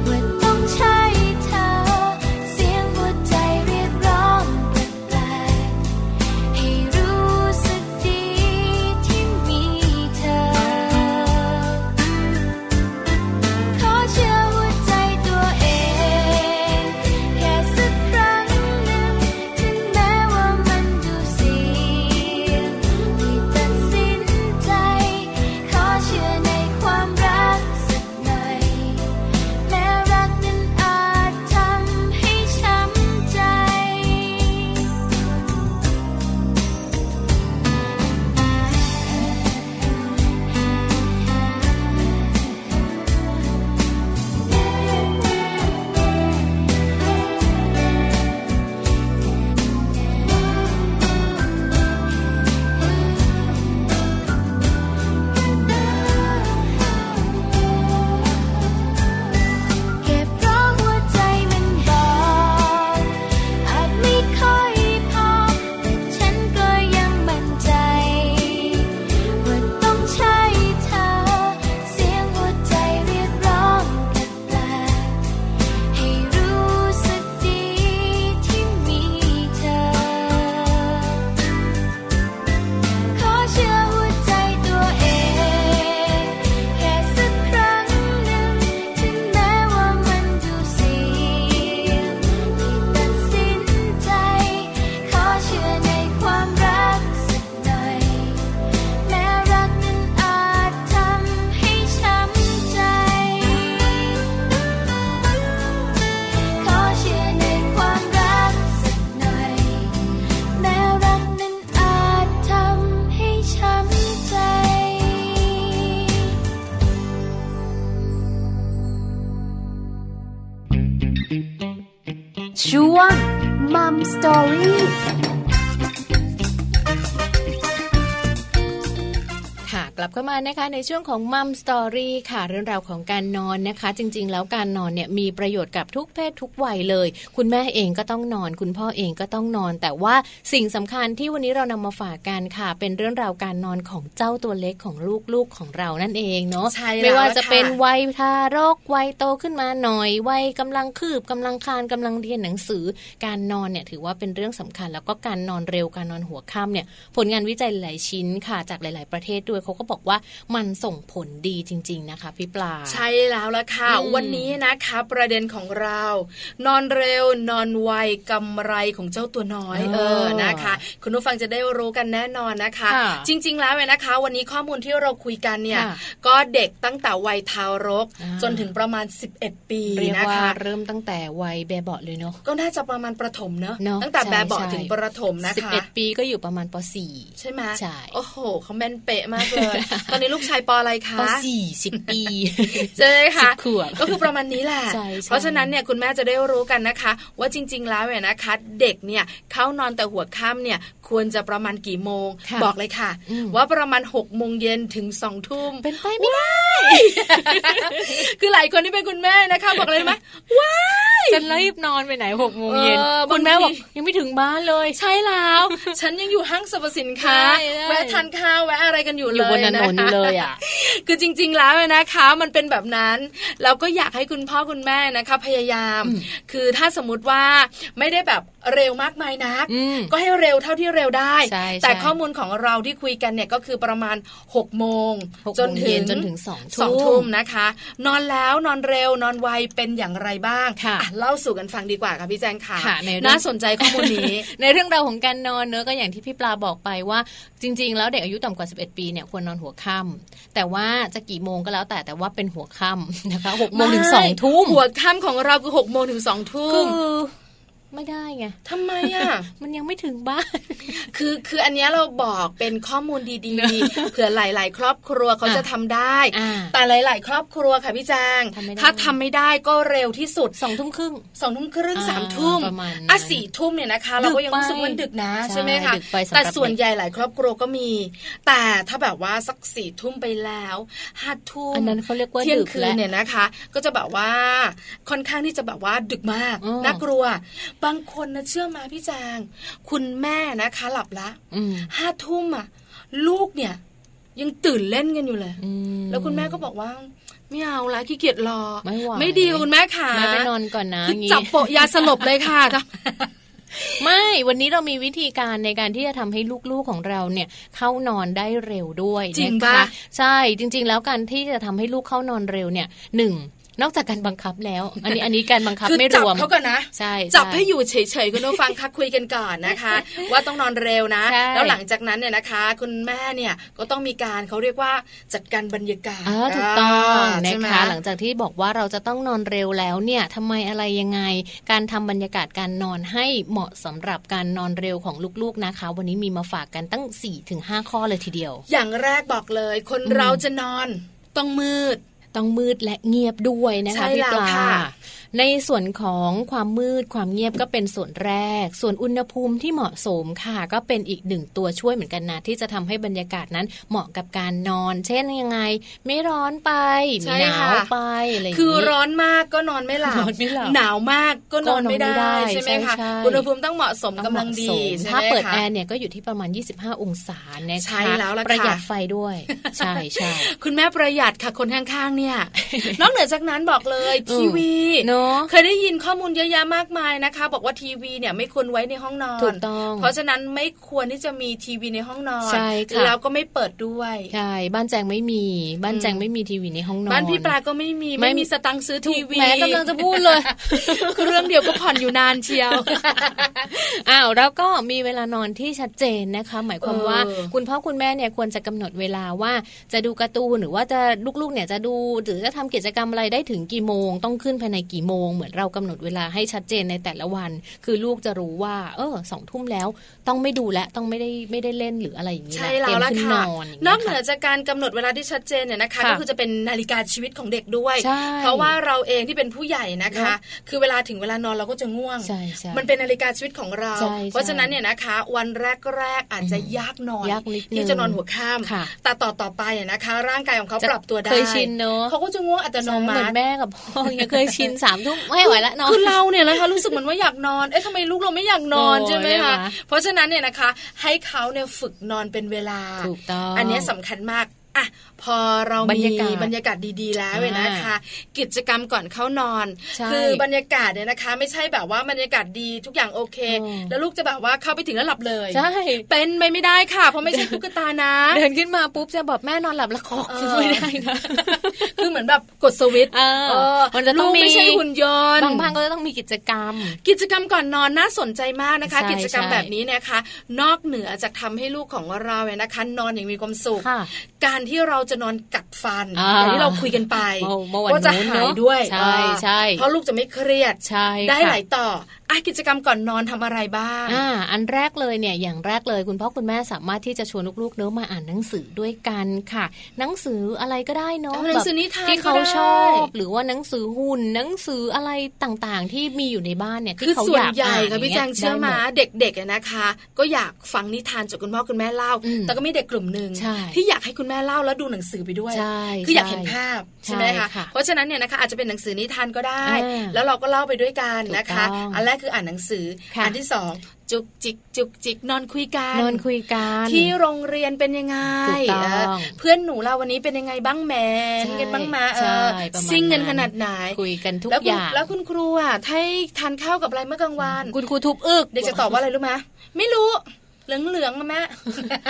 ว่าต้องใช่เธอ เสียงหัวใจเรียกร้องแปลกๆให้รู้สึกดีที่มีเธอ ขอเชื่อหัวใจตัวเอง แค่สักครั้งหนึ่งถึงแม้ว่ามันดูเสี่ยงที่ตัดสินใจ ขอเชื่อในความรักสักหน่อย แม้รักนั้นอาจทำให้ช้ำใจ แค่เพราะหัวใจมันบอก อาจไม่ค่อยพอ แต่ฉันก็ยังมั่นใจ ว่าต้องใช่เธอ เสียงหัวใจเรียกร้องแปลกๆให้รู้สึกดีที่มีเธอ ขอเชื่อหัวใจตัวเอง แค่สักครั้งหนึ่งถึงแม้ว่ามันดูเสี่ยงที่ตัดสินใจ ขอเชื่อในความรักสักหน่อย แม้รักนั้นอาจทำให้ช้ำใจ ขอเชื่อในความรักสักหน่อย แม้รักนั้นอาจทำให้ช้ำใจ
ช่วงมัมสตอรี่
ค่ะ กลับ ลับเข้ามานะคะ ในช่วงของมัมสตอรี่ค่ะ เรื่องราวของการนอนนะคะ จริง ๆ แล้วการนอนเนี่ยมีประโยชน์กับทุกเพศทุกวัยเลย คุณแม่เองก็ต้องนอน คุณพ่อเองก็ต้องนอน แต่ว่าสิ่งสำคัญที่วันนี้เรานำมาฝากกันค่ะ เป็นเรื่องราวการนอนของเจ้าตัวเล็กของลูกๆของเรานั่นเองเนาะ
ใช่แล้ว
ไม่ว่าจะ
ค่ะ
เป็น วัยทารกวัยโตขึ้นมาหน่อย วัยกำลังคืบกำลังคลานกำลังเรียนหนังสือ การนอนเนี่ยถือว่าเป็นเรื่องสำคัญ แล้วก็การนอนเร็วการนอนหัวค่ำเนี่ยผลงานวิจัยหลายชิ้นค่ะ จากหลาย ๆ ประเทศด้วยเขาก็บอกว่ามันส่งผลดีจริง ๆ นะคะพี่ปลา
ใช่แล้วละค่ะ
อืม
วันนี้นะคะ ประเด็นของเรา นอนเร็วนอนไวกำไรของเจ้าตัวน้อย
อ๋อ
เออนะคะ คุณผู้ฟังจะได้รู้กันแน่นอนนะคะ
ค่ะ
จริง ๆ แล้วเนี่ยนะคะ วันนี้ข้อมูลที่เราคุยกันเนี่ย
ค่ะ
ก็เด็กตั้งแต่วัยทารก
อ่า
จนถึงประมาณ 11 ปี
เรียก
นะ
ว่า
คะ
เริ่มตั้งแต่วัยแบบเบาะเลยเนาะ
ก็น่าจะประมาณประถมเนอะ
เนอะ
ตั้งแต่
ใช่
แบบเบาะ
ใช่
ถึงประถมนะคะ
11 ปีก็อยู่ประมาณป .4
ใช่ไหม
ใช่
โอ้โหเขาแม่นเป๊ะมากเลย
*laughs*
ตอนนี้ลูกชายปออะไรคะ
ป .4 สิบปี
ใช่ไหมคะ
สิบขวบ
ก็คือประมาณนี้แหละ
ใช่ใช่
เพราะฉะนั้นเนี่ยคุณแม่จะได้รู้กันนะคะ ว่าจริง ๆ แล้วเนี่ยนะคะ เด็กเนี่ยเข้านอนแต่หัวค่ำเนี่ยควรจะประมาณกี่โมง
ค่ะ
บอกเลยค่ะ
อืม
ว่าประมาณ6กโมงเย็นถึงสองทุ่ม
เป็นไปไม่ได้
คือหลายคนที่เป็นคุณแม่นะคะ บอกเลยไหม
ฉันรีบนอนไปไหนหกโมงเย็น
เออ
คุณแม่
บางที
บอกยังไม่ถึงบ้านเลย
ใช่แล้ว ฉันยังอยู่ห้างสรรพสินค้า
ใช่ใช่
แวะทานข้าวแวะอะไรกันอยู่
อ
เลย
ยู่บนถนนอยู่
ะคะ
เลยอ่ะ
คือจริง ๆ แล้วนะคะ มันเป็นแบบนั้นเราก็อยากให้คุณพ่อคุณแม่นะคะ พยายาม
อืม
คือถ้าสมมติว่าไม่ได้แบบเร็วมากมายนัก
อืม *laughs*
ก็ให้เร็วเท่าที่เร็วได้
ใช่ใช่
แต่ข้อมูลของเราที่คุยกันเนี่ยก็คือประมาณ6กโมง
หกโมงเย็นจนถึงสอง
สอง
ทุ่
ทุ่
ม
มนะคะ นอนแล้วนอนเร็วนอนไวเป็นอย่างไรบ้าง
ค่ะ
อ่เล่าสู่กันฟังดีกว่าค่ะพี่แจงค่ะ
ค่ะในเรื่อง
น่าสนใจข้อมูลนี้
*laughs* ในเรื่องราวของการนอนเนอะก็อย่างที่พี่ปลาบอกไปว่า จริง ๆ แล้วเด็กอายุต่ำกว่า 11 ปีเนี่ยควรนอนหัวค่ำแต่ว่าจะกี่โมงก็แล้วแต่แต่ว่าเป็นหัวค่ำ *laughs* นะคะหกโมงถึงสองทุ่ม
หัวค่ำของเราคือหกโมงถึงสองทุ่
คื
ม
อไม่ได้ไง
ทำไมอ่ะ
มันยังไม่ถึงบ้าน
คือคืออันเนี้ยเราบอกเป็นข้อมูลดีๆ เผื่อหลาย ๆ ครอบครัวเขา
อ่ะ
จะทำได้
อ่า
แต่หลาย ๆ ครอบครัวค่ะพี่แจง
ทำไม่ได้
ถ้าทำไม่ได้ก็เร็วที่สุด
สองทุ่มครึ่ง
สองทุ่มครึ่ง
อ่า
สามทุ่ม
ประมาณนั้น
อ่ะสี่ทุ่มเนี่ยนะคะ เราก็ยังรู้สึกว่าดึกนะ
ใช่
ใช่ไหมคะ
ดึกไปสำหรับ
แต่ส่วนใหญ่หลายครอบครัวก็มี แต่ถ้าแบบว่าสักสี่ทุ่มไปแล้วห้าทุ่ม
อันนั้นเขาเรียกว่า
ที่ยง
ดึก
คื
แล้
น
ว
เนี่ยนะคะ ก็จะแบบว่าค่อนข้างที่จะแบบว่าดึกมาก
อืม
น่ากลัว บางคนนะเชื่อมาพี่แจงคุณแม่นะคะหลับละ
อืม
ห้าทุ่มอ่ะ ลูกเนี่ย ยังตื่นเล่นกันอยู่เลย
อืม
แล้วคุณแม่ก็บอกว่า ไม่เอาละขี้เกียจรอ
ไม่ไหว
ดีค่ะคุณแม่ขา
แม่ไปนอนก่อนนะ
คือ
งี้
จับโปะยาสลบเลยค่ะ
ไม่ วันนี้เรามีวิธีการในการที่จะทำให้ลูกๆของเราเนี่ยเข้านอนได้เร็วด้วย
จริง
นค
ปะ
ใช่ จริง ๆ แล้วการที่จะทำให้ลูกเข้านอนเร็วเนี่ยหนึ่งนอกจากการบังคับแล้ว อันนี้อันนี้การบังคับ
คือ
ไม่ร
จับ
วม
เขาก่อนนะ
ใช่
จับ
ช่
ให้อยู่เฉยๆคุณผู้ฟังคะคุยกันก่อนนะคะ ว่าต้องนอนเร็วนะ
ใช่
แล้วหลังจากนั้นเนี่ยนะคะ คุณแม่เนี่ยก็ต้องมีการเขาเรียกว่าจัดการบรรยากาศ
อ่าถูกต้อง
า
นะ
ใช่ไหม
คะ หลังจากที่บอกว่าเราจะต้องนอนเร็วแล้วเนี่ยทำไมอะไรยังไง การทำบรรยากาศการนอนให้เหมาะสำหรับการนอนเร็วของลูกๆนะคะ วันนี้มีมาฝากกันตั้ง4ี่ถึงห้าข้อเลยทีเดียว
อย่างแรกบอกเลย คน
อืม
เราจะนอนต้องมืด
ต้องมืดและเงียบด้วยนะคะ
ใช่
พี่
แล้ว
ปลา
ค่ะ
ในส่วนของความมืดความเงียบก็เป็นส่วนแรก ส่วนอุณหภูมิที่เหมาะสมค่ะ ก็เป็นอีกหนึ่งตัวช่วยเหมือนกันนะที่จะทำให้บรรยากาศนั้นเหมาะกับการนอน เช่นยังไง ไม่ร้อนไปไม่หนาวไปอะไรอย่าง
คื
นี้
อร้อนมากก็นอนไม่หลับ
นอนไม่หลับ
หนาวมากก็นอนไม่ได้
ก็นอนไม่ได้
ใช่ไหมคะ
ใช่ใช่
อุณหภูมิต้องเหมาะสมกำลังดี
ต้องเหมาะสม
ใช่
ถ้า
ไหม
เปิด
คะ
แอร์เนี่ยก็อยู่ที่ประมาณ 25 องศานะคะ
ใช่แล้วล่ะค่ะ
ประหยัดไฟด้วย ใช่ใช่
คุณแม่ประหยัดค่ะคนข้างๆ
*laughs*
เนี่ย นอกเหนือจากนั้นบอกเลย
อืม
ทีวี
เนาะ
เคยได้ยินข้อมูลเยอะแยะมากมายนะคะ บอกว่าทีวีเนี่ยไม่ควรไว้ในห้องนอน
ถูกต้อง
เพราะฉะนั้นไม่ควรที่จะมีทีวีในห้องนอน
ใช่ค่ะ
แล้วก็ไม่เปิดด้วย
ใช่บ้านแจงไม่มี บ้านแจงไม่มีทีวีในห้องนอน
บ้านพี่ปลาก็ไม่มี
ไม่
ไม่
มี
มีสตังค์ซื้อ
ถู
ที
ก
วี
แม้กำลังจะพูดเลย
คือเรื่องเดียวก็ผ่อนอยู่นานเชียว
*laughs* อ้าวแล้วก็มีเวลานอนที่ชัดเจนนะคะ หมายความ
เออ
ว่าคุณพ่อคุณแม่เนี่ยควรจะกำหนดเวลาว่าจะดูการ์ตูนหรือว่าจะลูกๆเนี่ยจะดูหรือจะทำกิจกรรมอะไรได้ถึงกี่โมง ต้องขึ้นภายในกี่ โมง เหมือนเรากำหนดเวลาให้ชัดเจนในแต่ละวัน คือลูกจะรู้ว่า เออสองทุ่มแล้ว ต้องไม่ดูและต้องไม่ได้ไม่ได้เล่นหรืออะไรอย่างนี้
ใช่
เต
แล้
รียว ม
ล่ะ
ขึ้นน
ค่ะ
อนย่าง
น
งี้ย
อกเหนื
ค่ะ
อจากการกำหนดเวลาที่ชัดเจนเนี่ยนะคะ
ค่ะ
ก็คือจะเป็นนาฬิกาชีวิตของเด็กด้วย
ใช่
เพราะว่าเราเองที่เป็นผู้ใหญ่นะคะ คือเวลาถึงเวลานอนเราก็จะง่วง
ใช่ใช่
มันเป็นนาฬิกาชีวิตของเรา
ใช่
เพราะฉะนั้นเนี่ยนะคะ วันแรกๆอาจจะยากหน่อย
ยากนิดนึง
ที่จะนอนหัวค่
ค่ะ
ำแต่ต่อต่อๆไปอะนะคะ ร่างกายของเขา
จะ
ปรับตัวได้
เคยชินเนอะ
เขาก็จะง่วงอัตโนมั
เหมือ
ติ
นแม่กับพ่อเนี่ยเคยชินสามทุ่มไม่ไหวละนอน
คือเราเนี่ยนะคะรู้สึกเหมือนว่าอยากนอน เอ๊ะทำไมลูกเราไม่อยากนอน
โอ้ย
ใช่ไหม
ใช่ไหม
คะ เพราะฉะนั้นเนี่ยนะคะ ให้เขาเนี่ยฝึกนอนเป็นเวลา
ถูกต้อง
อันเนี้ยสำคัญมาก อ่ะ พอเรา
บรรยากาศ
มีบรรยากาศดีๆ แล้วเว้ยนะคะ กิจกรรมก่อนเข้านอน
ใช่
คือบรรยากาศเนี่ยนะคะ ไม่ใช่แบบว่าบรรยากาศดีทุกอย่างโอเค
อืม
แล้วลูกจะแบบว่าเข้าไปถึงแล้วหลับเลย
ใช่
เป็นไปไม่ได้ค่ะ เพราะไม่ใช่ตุ๊กตานะ
*laughs* เดินขึ้นมาปุ๊บจะบอกแม่นอนหลับแล้วขอก
เออ
ไม่ได้นะ
คือเหมือนแบบกดสวิตช์
เออ
เออ
มันจะต้
ลู
อง
ก
มี
ไม่ใช่หุ่นยนต์
บางพังก็จะต้องมีกิจกรรม
กิจกรรมก่อนนอนน่าสนใจมากนะคะ
ใช่
กิจกรรม
ใช่
แบบนี้นะคะ นอกเหนือจากทำให้ลูกของเราเนี่ยนะคะ นอนอย่างมีความสุข
ค่ะ
การที่เราจะนอนกัดฟัน
อ่า
อย่างที่เราคุยกันไป
เมื่อเมื่อวัน
ว่าจะ
นู้น
หา
เน
ย
อะ
ด้วย
ใช่
อ่า
ใช่
เพราะลูกจะไม่เครียด
ใช่
ได้
ค่ะ
หลายต่ออ่ะกิจกรรมก่อนนอนทำอะไรบ้าง
อ่าอันแรกเลยเนี่ยอย่างแรกเลยคุณพ่อคุณแม่สามารถที่จะชวนลูกๆเนอะมาอ่านหนังสือด้วยกันค่ะ หนังสืออะไรก็ได้เนอะ
เอาหนังสือนิทาน
แบบที่เขา
ก็ได้
ชอบ หรือว่าหนังสือหุ่นหนังสืออะไรต่างๆ ที่มีอยู่ในบ้านเนี่ย
คือ
ที่เขา
ส่
อ
วน
ยาก
ใหญ่
อ่าน
ค่ะพี่
ย่างงี้ย
แจงเชื่อมา
ได้หด
เด็กๆอะนะคะ ก็อยากฟังนิทานจากคุณพ่อคุณแม่เล่า
อืม
แต่ก็มีเด็กกลุ่มหนึ่ง
ใช่
ที่อยากให้คุณแม่เล่าแล้วดูหนังสือไปด้วย
ใช่
คืออยากเห็นภาพ
ใช่
ใช่ไหมคะ
ค่ะ
เพราะฉะนั้นเนี่ยนะคะอาจจะเป็นหนังสือนิทานก็ได้
อ่า
แล้วเราก็เล่าไปด้วยกันนะคะ
ถูกต้อง
อันแรกคืออ่านหนังสือ
ค่ะ
อันที่สองจุกจิกจุกจิกนอนคุยกัน
นอนคุยกัน
ที่โรงเรียนเป็นยังไง
ถูกต้อง
เออเพื่อนหนูเราวันนี้เป็นยังไงบ้างแหมน
ใช่
กันบ้างมาเอ
ใช่
อ
ประมาณ
ซิ่งกัน
นั้น
ขนาดไหน
คุยกันทุก
แล้
อ
วคุณ
ย่าง
แล้วคุณครูอ่ะให้ทานข้าวกับอะไรเมื่อกลางวัน
คุณครูทุบอึก
เด็กจะตอบว่าอะไรรู้ไหมไม่รู้เหลืองเหลืองๆอะแม่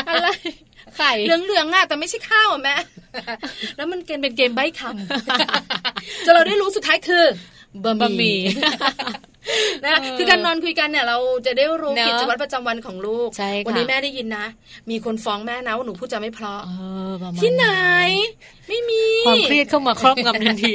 อะไรไข่
เหลืองเหลืองๆอ่ะแต่ไม่ใช่ข้าวอ่ะ
*laughs*
แม่ แล้วมันเกมเป็นเกมใบ้คำ *laughs* จนเราได้รู้สุดท้ายคือบะห
บะหมี่
มี่ นะ
เออ
คือการนอนคุยกันเนี่ยเราจะได้รู้
เนอะ
กิจวัตรประจำวันของลูก
ใช่ค่ะ
วันี้แม่ได้ยินนะ มีคนฟ้องแม่นะว่าหนูพูดจาไม่เพราะ
เออประมาณ
ที่ไหน ไม่มี
ความเครียดเข้ามาครอบงำทันที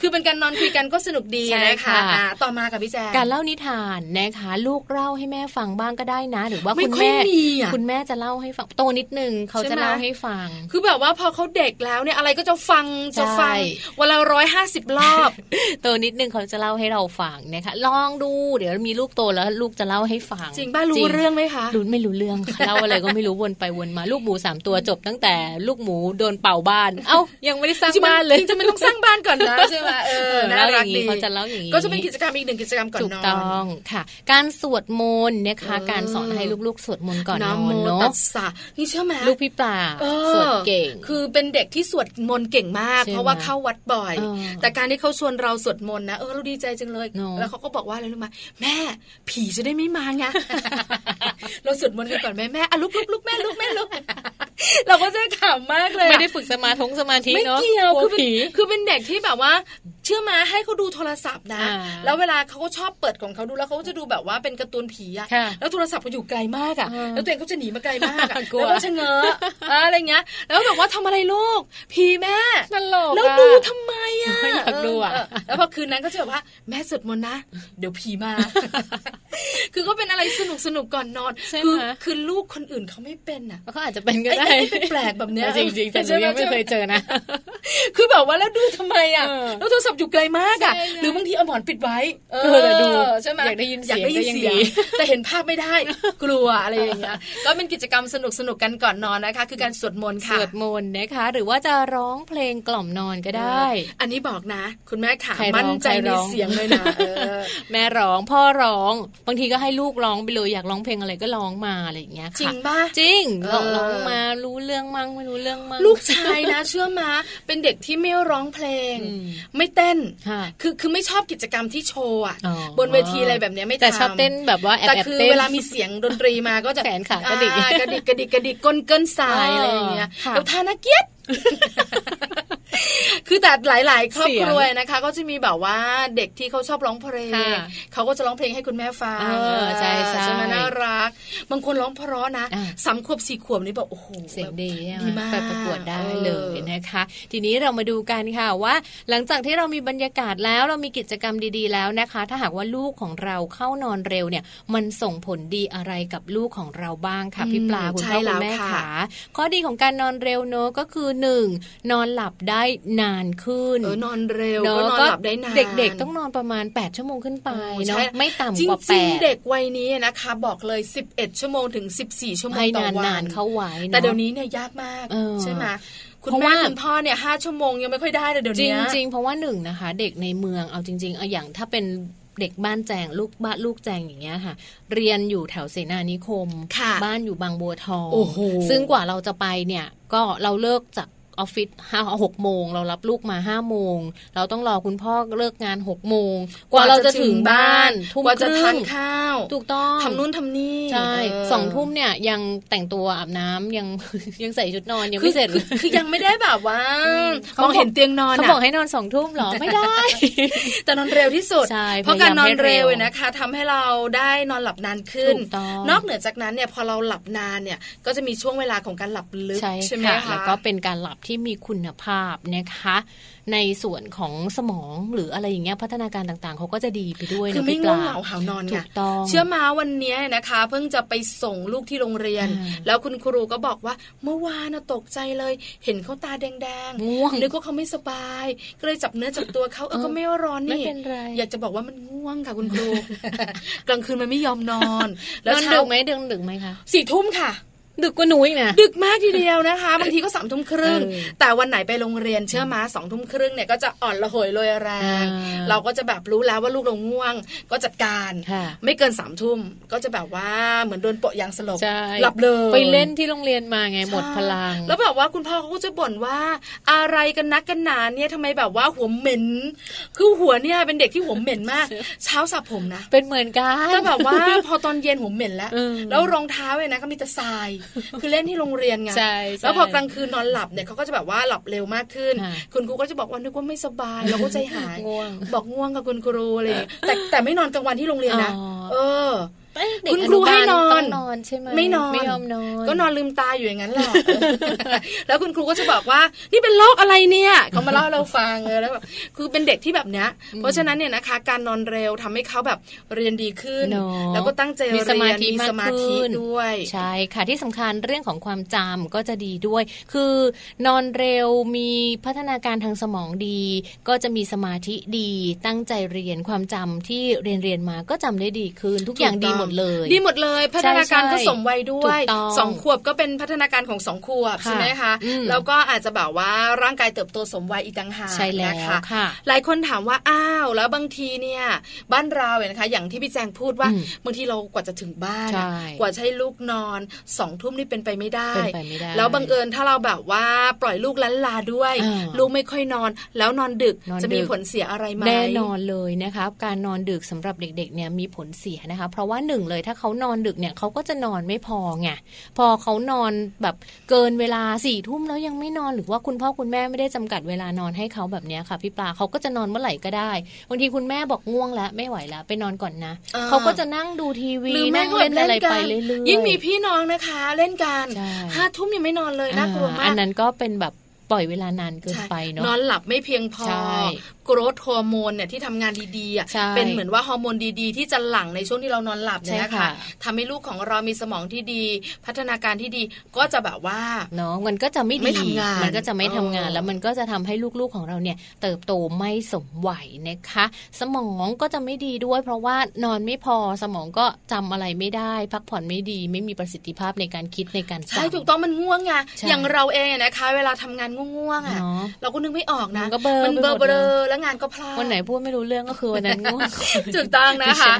คือเป็นการนอนคุยกันก็สนุกดี
ใช่
นะคะ
ค่ะ
อ่าต่อมากับพี่แจ๊ค
การเล่านิทานนะคะ ลูกเล่าให้แม่ฟังบ้างก็ได้นะ หรือว่า
ไม่
คุณ
ค่อย
แม่
มีอะ
คุณแม่จะเล่าให้ฟังโตนิดนึงเขา
ใช่
จะ
ไหม
เล่าให้ฟัง
คือแบบว่าพอเขาเด็กแล้วเนี่ยอะไรก็จะฟังจะฟัง
ใช่
วันละร้อยห้าสิบรอบ
โตนิดนึงเขาจะเล่าให้เราฟังนะคะ ลองดู เดี๋ยวมีลูกโตแล้วลูกจะเล่าให้ฟัง
จริงป้ารู้เรื่องไหมคะ
รู้ไม่รู้เรื่องค่ะเล่าอะไรก็ไม่รู้วนไปวนมาลูกหมูสามตัวจบตั้งแต่ลูกหมูโดนเป่าบ้าน เอ้ายังไม่ได้สร้าง
จริงๆ
บ้านเลย
จริงๆมันต้องสร้างบ้านก่อน
*laughs*
นะใช่ไหมเออน่า
เล่าอ
รั
ย่าก งนี้
ดี
เขาจะเล่าอย่างนี้
ก็จะเป็นกิจกรรมอีกหนึ่งกิจกรรมก่อน
ถู
น
ก
อน
ต้องค่ะ การสวดมนต์นะคะ
เออ
การสอนให้ลูกๆ สวดมนต์ก่อนน
นะ
อน
โม
เนาะ
ตัสสะนี่เชื่อไหม
ลูกพี่ปลา
เออ
สวดเก่ง
คือเป็นเด็กที่สวดมนต์เก่งมาก
ใช่ไหม
เพราะว่าเข้าวัดบ่อย
เออ
แต่การที่เขาชวนเราสวดมนต์นะเออเราดีใจจังเลย
เนอะ
แล้วเขาก็บอกว่าอะไรรู้ไหมแม่ผีจะได้ไม่มา
*laughs*
ไง เราสวดมนต์กันก่อนแม่แม่อะลุกลุกลุกแม่ลุกแม่ลุก เราก็จะขำมากเลยอะ
ไม่ได้ฝึกสมาธิสมาธิ
ไม่
เนาะ
เกี่ยว
ลั
คือเป็น
ผี
คือเป็นเด็กที่แบบว่า เชื่อมาให้เขาดูโทรศัพท์นะ
อ่า
แล้วเวลาเขาก็ชอบเปิดของเขาดูแล้วเขาก็จะดูแบบว่าเป็นการ์ตูนผีอะ
ค่ะ
แล้วโทรศัพท์เขาอยู่ไกลมากอะ
อ่า
แล้วตัวเองเขาจะหนีมาไกลมากอะ
กลัว
แล้วก็ชะเง้ออะอะไรเงี้ย แล้วบอกว่าทำอะไรลูกผีแม่
ตลก
แล้ว
อะ
ดูทำไมอะ
อยากดูอะ
เเแล้วพอคืนนั้นก็จะแบบว่าแม่สวดมนต์นะ เดี๋ยวผีมา
*laughs*
คือก็เป็นอะไรสนุกสนุกๆก่อนนอน
ใช่ไหม
คืคือลูกคนอื่นเขาไม่เป็นอะ
เขาอาจจะเป็นก็
ไอ้
ได้
ไอ้ไอ้แปลกแบบเนี้ย
จริงๆแต่หนู
ใช่ไหม
ยังไม่เคยเจอนะ
คือแบบว่าแล้วดูทำไมอ่ะ
เออ
แล้วโทรศัพท์อยู่ไกลมากอ่ะ
ใช่นะ
หรือบางทีเอาหมอนปิดไว้เอ
เออแต่ดู
ใช่ไหม
อยากได้ยินเสียง
อา
ก็ยังดี
แต่เห็นภาพไม่
*laughs*
ได้ กลัวอะไรอย่างเงี้ยก็เป็นกิจกรรมสนุกสนุกๆกันก่อนนอนนะคะ คือการสวดมน
ส
ต์ค่ะ
วดมนต์นะคะ หรือว่าจะร้องเพลงกล่อมนอนก็ได้
อันนี้บอกนะ คุณแม่ขา
ใครร้อง
มั่นใจ
ใคร
ใน
ร้อง
เสียง
*laughs*
เลยนะเออ
แม่ร้องพ่อร้อง บางทีก็ให้ลูกร้องไปเลยอยากร้องเพลงอะไรก็ร้องมาอะไรอย่างเงี้ยค่ะ
จริงป่ะ
จริง
เออ
ลองร้องมารู้เรื่องมั่งไม่รู้เรื่องมั่ง
ลูกชายนะ เชื่อมาเป็นเด็กที่ไม่ร้องเพลง
อืม
ไม่เต้น
ค่ะ
คือคือไม่ชอบกิจกรรมที่โชว์อะ
อ๋อบ
นเวทีอะไรแบบเนี้ยไม่ทำ
แต่ชอบเต้นแบบว่าแอบ
แต่
แอบ
คือ
เต้น
เวลามีเสียงดนตรีมาก็จะ
แขนขากระดิก
อ่ากระดิกกระดิกกระดิกก้นเกินสาย
เอออ
อะไรอย่างเงี้ย
ค่ะ
แล้วทานา
*laughs*
เกียด คือแต่หลาย ๆ ครอบ
เสีย
ค
ง
รัวนะคะ ก็จะมีแบบว่าเด็กที่เขาชอบร้องเพลง
ค่ะ
เขาก็จะร้องเพลงให้คุณแม่ฟัง
เออใช่ใช่
ใช่ไหมน่ารัก บางคนร้องเพราะนะ
อ่ะ
สามขวบสี่ขวบนี่แบบโอ้โห
เสียงดีใช่ไหม
ดีมาก
ไปประกวดได้เลย
ออ
นะคะ ทีนี้เรามาดูกันค่ะว่า หลังจากที่เรามีบรรยากาศแล้วเรามีกิจกรรมดีๆแล้วนะคะ ถ้าหากว่าลูกของเราเข้านอนเร็วเนี่ย มันส่งผลดีอะไรกับลูกของเราบ้างค่ะพี่ปลา
อืม
คุณ
ใช่
พ่อ
แล้
คุณ
ว
แม่
ค่ะ
ขาข้อดีของการนอนเร็วเนอะก็คือหนึ่งนอนหลับได้นานขึ้น
เออนอนเร็ว
เน
ก็
อะ
นอนหลับได้นาน
เด็กๆต้องนอนประมาณ 8 ชั่วโมงขึ้นไป
โอ้
เนาะ
ใช่
ไม่ต่ำ
จริ
ก
ง
ว่า
จริง
8
เด็กวัยนี้นะคะ บอกเลย 11 ชั่วโมงถึง 14 ชั่วโมง
ให้
ต่อวัน
นานๆเข้าไว้อะ
แต่เดี๋ยวนี้เนี่ยยากมาก
เออ
ใช่ไหมคุณ
เพราะ
แม่
ว่า
คุณพ่อเนี่ยห้าชั่วโมงยังไม่ค่อยได้เลยเดี๋ยว
จริ
เนี้
ง
ย
จริงเพราะว่าหนึ่งนะคะ เด็กในเมืองเอาจริงๆเอาอย่างถ้าเป็นเด็กบ้านแจงลูกบ้านลูกแจงอย่างเงี้ยค่ะ เรียนอยู่แถวเสนานิคม
ค่ะ
บ้านอยู่บางบัวทอง
โอ้โห
ซึ่งกว่าเราจะไปเนี่ย ก็เราเลิกจากออฟฟิศห้าหกโมง เรารับลูกมาห้าโมง เราต้องรอคุณพ่อเลิกงานหกโมง กว่าเราจะถึงบ้านทุ่ม
กว่า
ค
จะ
รึ่
ทาน
ง
ข้าว
ถูกต้อง
ทำนู่นทำนี่
ใช่
เ
สองทุ่มเนี่ยยังแต่งตัวอาบน้ำยัง *laughs* ยังใส่ชุดนอนยัง
คือ
ไม่เสร็จ
คือคือยังไม่ได้แบบว่า
เขา
มองเห็น
บก
เตียงนอน
เขา
อะ
บอกให้นอนสองทุ่มเหรอ ไม่ได้
แต่นอนเร็วที่สุด
ใช่
เพราะการนอนเร็ว
พยายามให้เร็ว
นะคะทำให้เราได้นอนหลับนานขึ้น
ถูกต้อง
นอกเหนือจากนั้นเนี่ยพอเราหลับนานเนี่ยก็จะมีช่วงเวลาของการหลับลึก
ใช่
ใช่ไหม
ค่ะ
คะ
แล้วก็เป็นการหลับที่มีคุณภาพนะคะ ในส่วนของสมองหรืออะไรอย่างเงี้ยพัฒนาการต่างๆ เขาก็จะดีไปด้วย
คือ
นะ
ไม่
พี่ป
ง่วง
ลา
เหงาหาวนอนไง
ถูกต้อง
เชื่อมาวันเนี้ยนะคะ เพิ่งจะไปส่งลูกที่โรงเรียน
อ่า
แล้วคุณครูก็บอกว่าเมื่อวานน่ะตกใจเลย เห็นเขาตาแดง
ง่วง
นึกว่าเขาไม่สบาย ก็เลยจับเนื้อจับตัวเขาเออ
เออ
ก็ไม่ร้อนนี่
ไม่เป็นไร
อยากจะบอกว่ามันง่วงค่ะคุณ
*laughs*
ครู กลางคืนมันไม่ยอมนอน
น
แล้ว
*laughs* อน
เช้า
ดึกไหมดึกดึกไหมคะ
สี่ทุ่มค่ะ
ดึกกว่าหนูอีกนะ
ดึกมากทีเดียวนะคะบางทีก็สามทุ่มครึ่ง
เออ
แต่วันไหนไปโรงเรียนเชื่อมาสองทุ่มครึ่งเนี่ยก็จะอ่อนระเหยลอยแรง
อ่า
เราก็จะแบบรู้แล้วว่าลูกเราง่วง ก็จัดการ
ค่ะ
ไม่เกินสามทุ่มก็จะแบบว่าเหมือนโดนโปะยางสลบ
ใช่
หลับเลย
ไปเล่นที่โรงเรียนมาไงหมดพลัง
ใช่แล้วแบบว่าคุณพ่อเขาก็จะบ่นว่าอะไรกันนักกันหนาเนี่ยทำไมแบบว่าหัวเหม็น คือหัวเนี่ยเป็นเด็กที่หัวเหม็นมาก
*laughs*
เช้าสระผมนะ
เป็นเหมือนกัน
แต่แบบว่า พอตอนเย็นหัวเหม็นแล้ว
เออ
แล้วรองเท้าเนี่ยนะก็มีแต่ทราย *laughs* คือเล่นที่โรงเรียนไง
ใช่ใช่
แล้วพอกลางคืนนอนหลับเนี่ยเขาก็จะแบบว่าหลับเร็วมากขึ้น
อ่า
คุณครูก็จะบอกว่านึกว่าไม่ส
*laughs*
บายเราก็ใจหาย
ง่วง
บอกง่วงกับคุณครูอะไรอย่างเลยแต่แต่ไม่นอนกลางวันที่โรงเรียนนะ
อ๋อ
เออ
เอ้ยเด็ก
คุณครูให้นอน
นุบาลต้องนอนใช่ไหม
ไม่นอน
ไม่ยอมนอน
ก็นอนลืมตาอยู่อย่างนั้นแหละ *laughs* แล้วคุณครูก็จะบอกว่า นี่เป็นโรคอะไรเนี่ยเขามาเล่าให้เราฟังเออแล้วแบบคือเป็นเด็กที่แบบเนี้ยเพราะฉะนั้นเนี่ยนะคะ การนอนเร็วทำให้เขาแบบเรียนดีขึ้น
เนอะ
แล้วก็ตั้งใจเรียน
สมาธิ
มี
ก
สมาธิ
ขึ้น
ด้วย
ใช่ค่ะที่สำคัญเรื่องของความจำก็จะดีด้วย คือนอนเร็วมีพัฒนาการทางสมองดี ก็จะมีสมาธิดี ตั้งใจเรียนความจำที่เรียนเรียนมาก็จำได้ดีขึ้นทุกอย่างดีหมดเลย
ดีหมดเลยพัฒนาการก็สมวัยด้ว
ถู
ย
กต้อง
สองขวบก็เป็นพัฒนาการของสองขวบ
ค่ะ
ใช่ไหมคะ
อืม
แล้วก็อาจจะแบบว่าร่างกายเติบโตสมวัยอีกต่างหาก
ใช่แล้ว
น
ค่ะ
หลายคนถามว่าอ้าวแล้วบางทีเนี่ย บ้านเราเนี่ยนะคะ อย่างที่พี่แจงพูดว่า
อืม
บางทีเรากว่าจะถึงบ้าน
ใช่
อะกว่าจะให้ลูกนอนสองทุ่มนี่เป็นไปไม่ได้
เป็นไปไม่ได้
แล้วบังเอิญถ้าเราแบบว่าปล่อยลูกลันลาด้วย
อ่า
ลูกไม่ค่อยนอน แล้วนอนดึก
นอน
จะมี
ดึก
ผลเสียอะไรไหม
แน่นอนเลยนะคะการนอนดึกสำหรับเด็กๆเนี่ยมีผลเสียนะคะ เพราะว่าหนึ่งเลยถ้าเขานอนดึกเนี่ยเขาก็จะนอนไม่พอไงพอเขานอนแบบเกินเวลาสี่ทุ่มแล้วยังไม่นอนหรือว่าคุณพ่อคุณแม่ไม่ได้จำกัดเวลานอนให้เขาแบบเนี้ยค่ะพี่ปลาเขาก็จะนอนเมื่อไหร่ก็ได้บางทีคุณแม่บอกง่วงแล้วไม่ไหวแล้วไปนอนก่อนนะ
อ่า
เขาก็จะนั่งดูทีวี
หรือแม่
นั่ง
ก็
เล่นอะไร
กั
ไปเรื่อยๆ
ยิ่งมีพี่น้องนะคะ เล่นกัน
ใช่
ห้าทุ่มยังไม่นอนเลยน่ากลัวมา
อั
ก
นนั้นก็เป็นแบบปล่อยเวลานานเกิน
ใช่
ไปเนาะ
นอนหลับไม่เพียงพอ
ใช่
โกรทฮอร์โมนเนี่ยที่ทำงานดีๆอ่ะ
ใช่
เป็นเหมือนว่าฮอร์โมนดีๆ ที่จะหลั่งในช่วงที่เรานอนหลับเนี่ย
ใช่
นะ
ค่ะ
คะทำให้ลูกของเรามีสมองที่ดี พัฒนาการที่ดีก็จะแบบว่า
เนาะมันก็จะไม่ดี
ไม่ทำงาน
มันก็จะไม่ทำงาน
เออ
แล้วมันก็จะทำให้ลูกๆของเราเนี่ย เติบโตไม่สมวัยนะคะ สมองก็จะไม่ดีด้วย เพราะว่านอนไม่พอสมองก็จำอะไรไม่ได้ พักผ่อนไม่ดี ไม่มีประสิทธิภาพในการคิดในการจำ
ใช่ถูกต้องมันง่วงไง
ใช่
อย่างเราเองอะนะคะ เวลาทำงานง่วงๆอ่ะ
เนอะ
เราก็นึกไม่ออกนะ
มันก็เบลอ
มันเบลอ
ไปหมดเลย
ๆแล้วงานก็พลาด
วันไหนพูดไม่รู้เรื่องก็คือวันนั้นง่วง
ถูกต้องนะคะ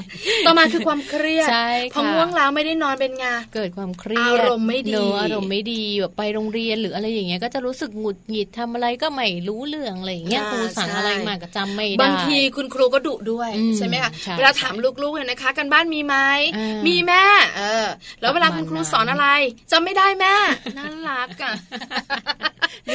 ต่อมาคือความเครียด
ใช่
พอ
ค่ะ
ง่วงแล้วไม่ได้นอนเป็นไง
เกิดความเครียด
อารมณ์ไม่ดี
เนอะอารมณ์ไม่ดีแบบไปโรงเรียนหรืออะไรอย่างเงี้ยก็จะรู้สึกหงุดหงิดทำอะไรก็ไม่รู้เรื่องอะไรอย่างเงี้ยครูสั่งอะไรมาก็จำไม่ได้
บางทีคุณครูก็ดุด้วย
อืม
ใช่ไหมคะ
ใช่
เวลาถามลูกๆเนี่ยนะคะกันบ้านมีไหม
อ่ามี
มีแม่เออ แล้วเวลาคุณครู
ประมาณนั้น
สอนอะไรจำไม่ได้แม่ น่ารักอ่ะ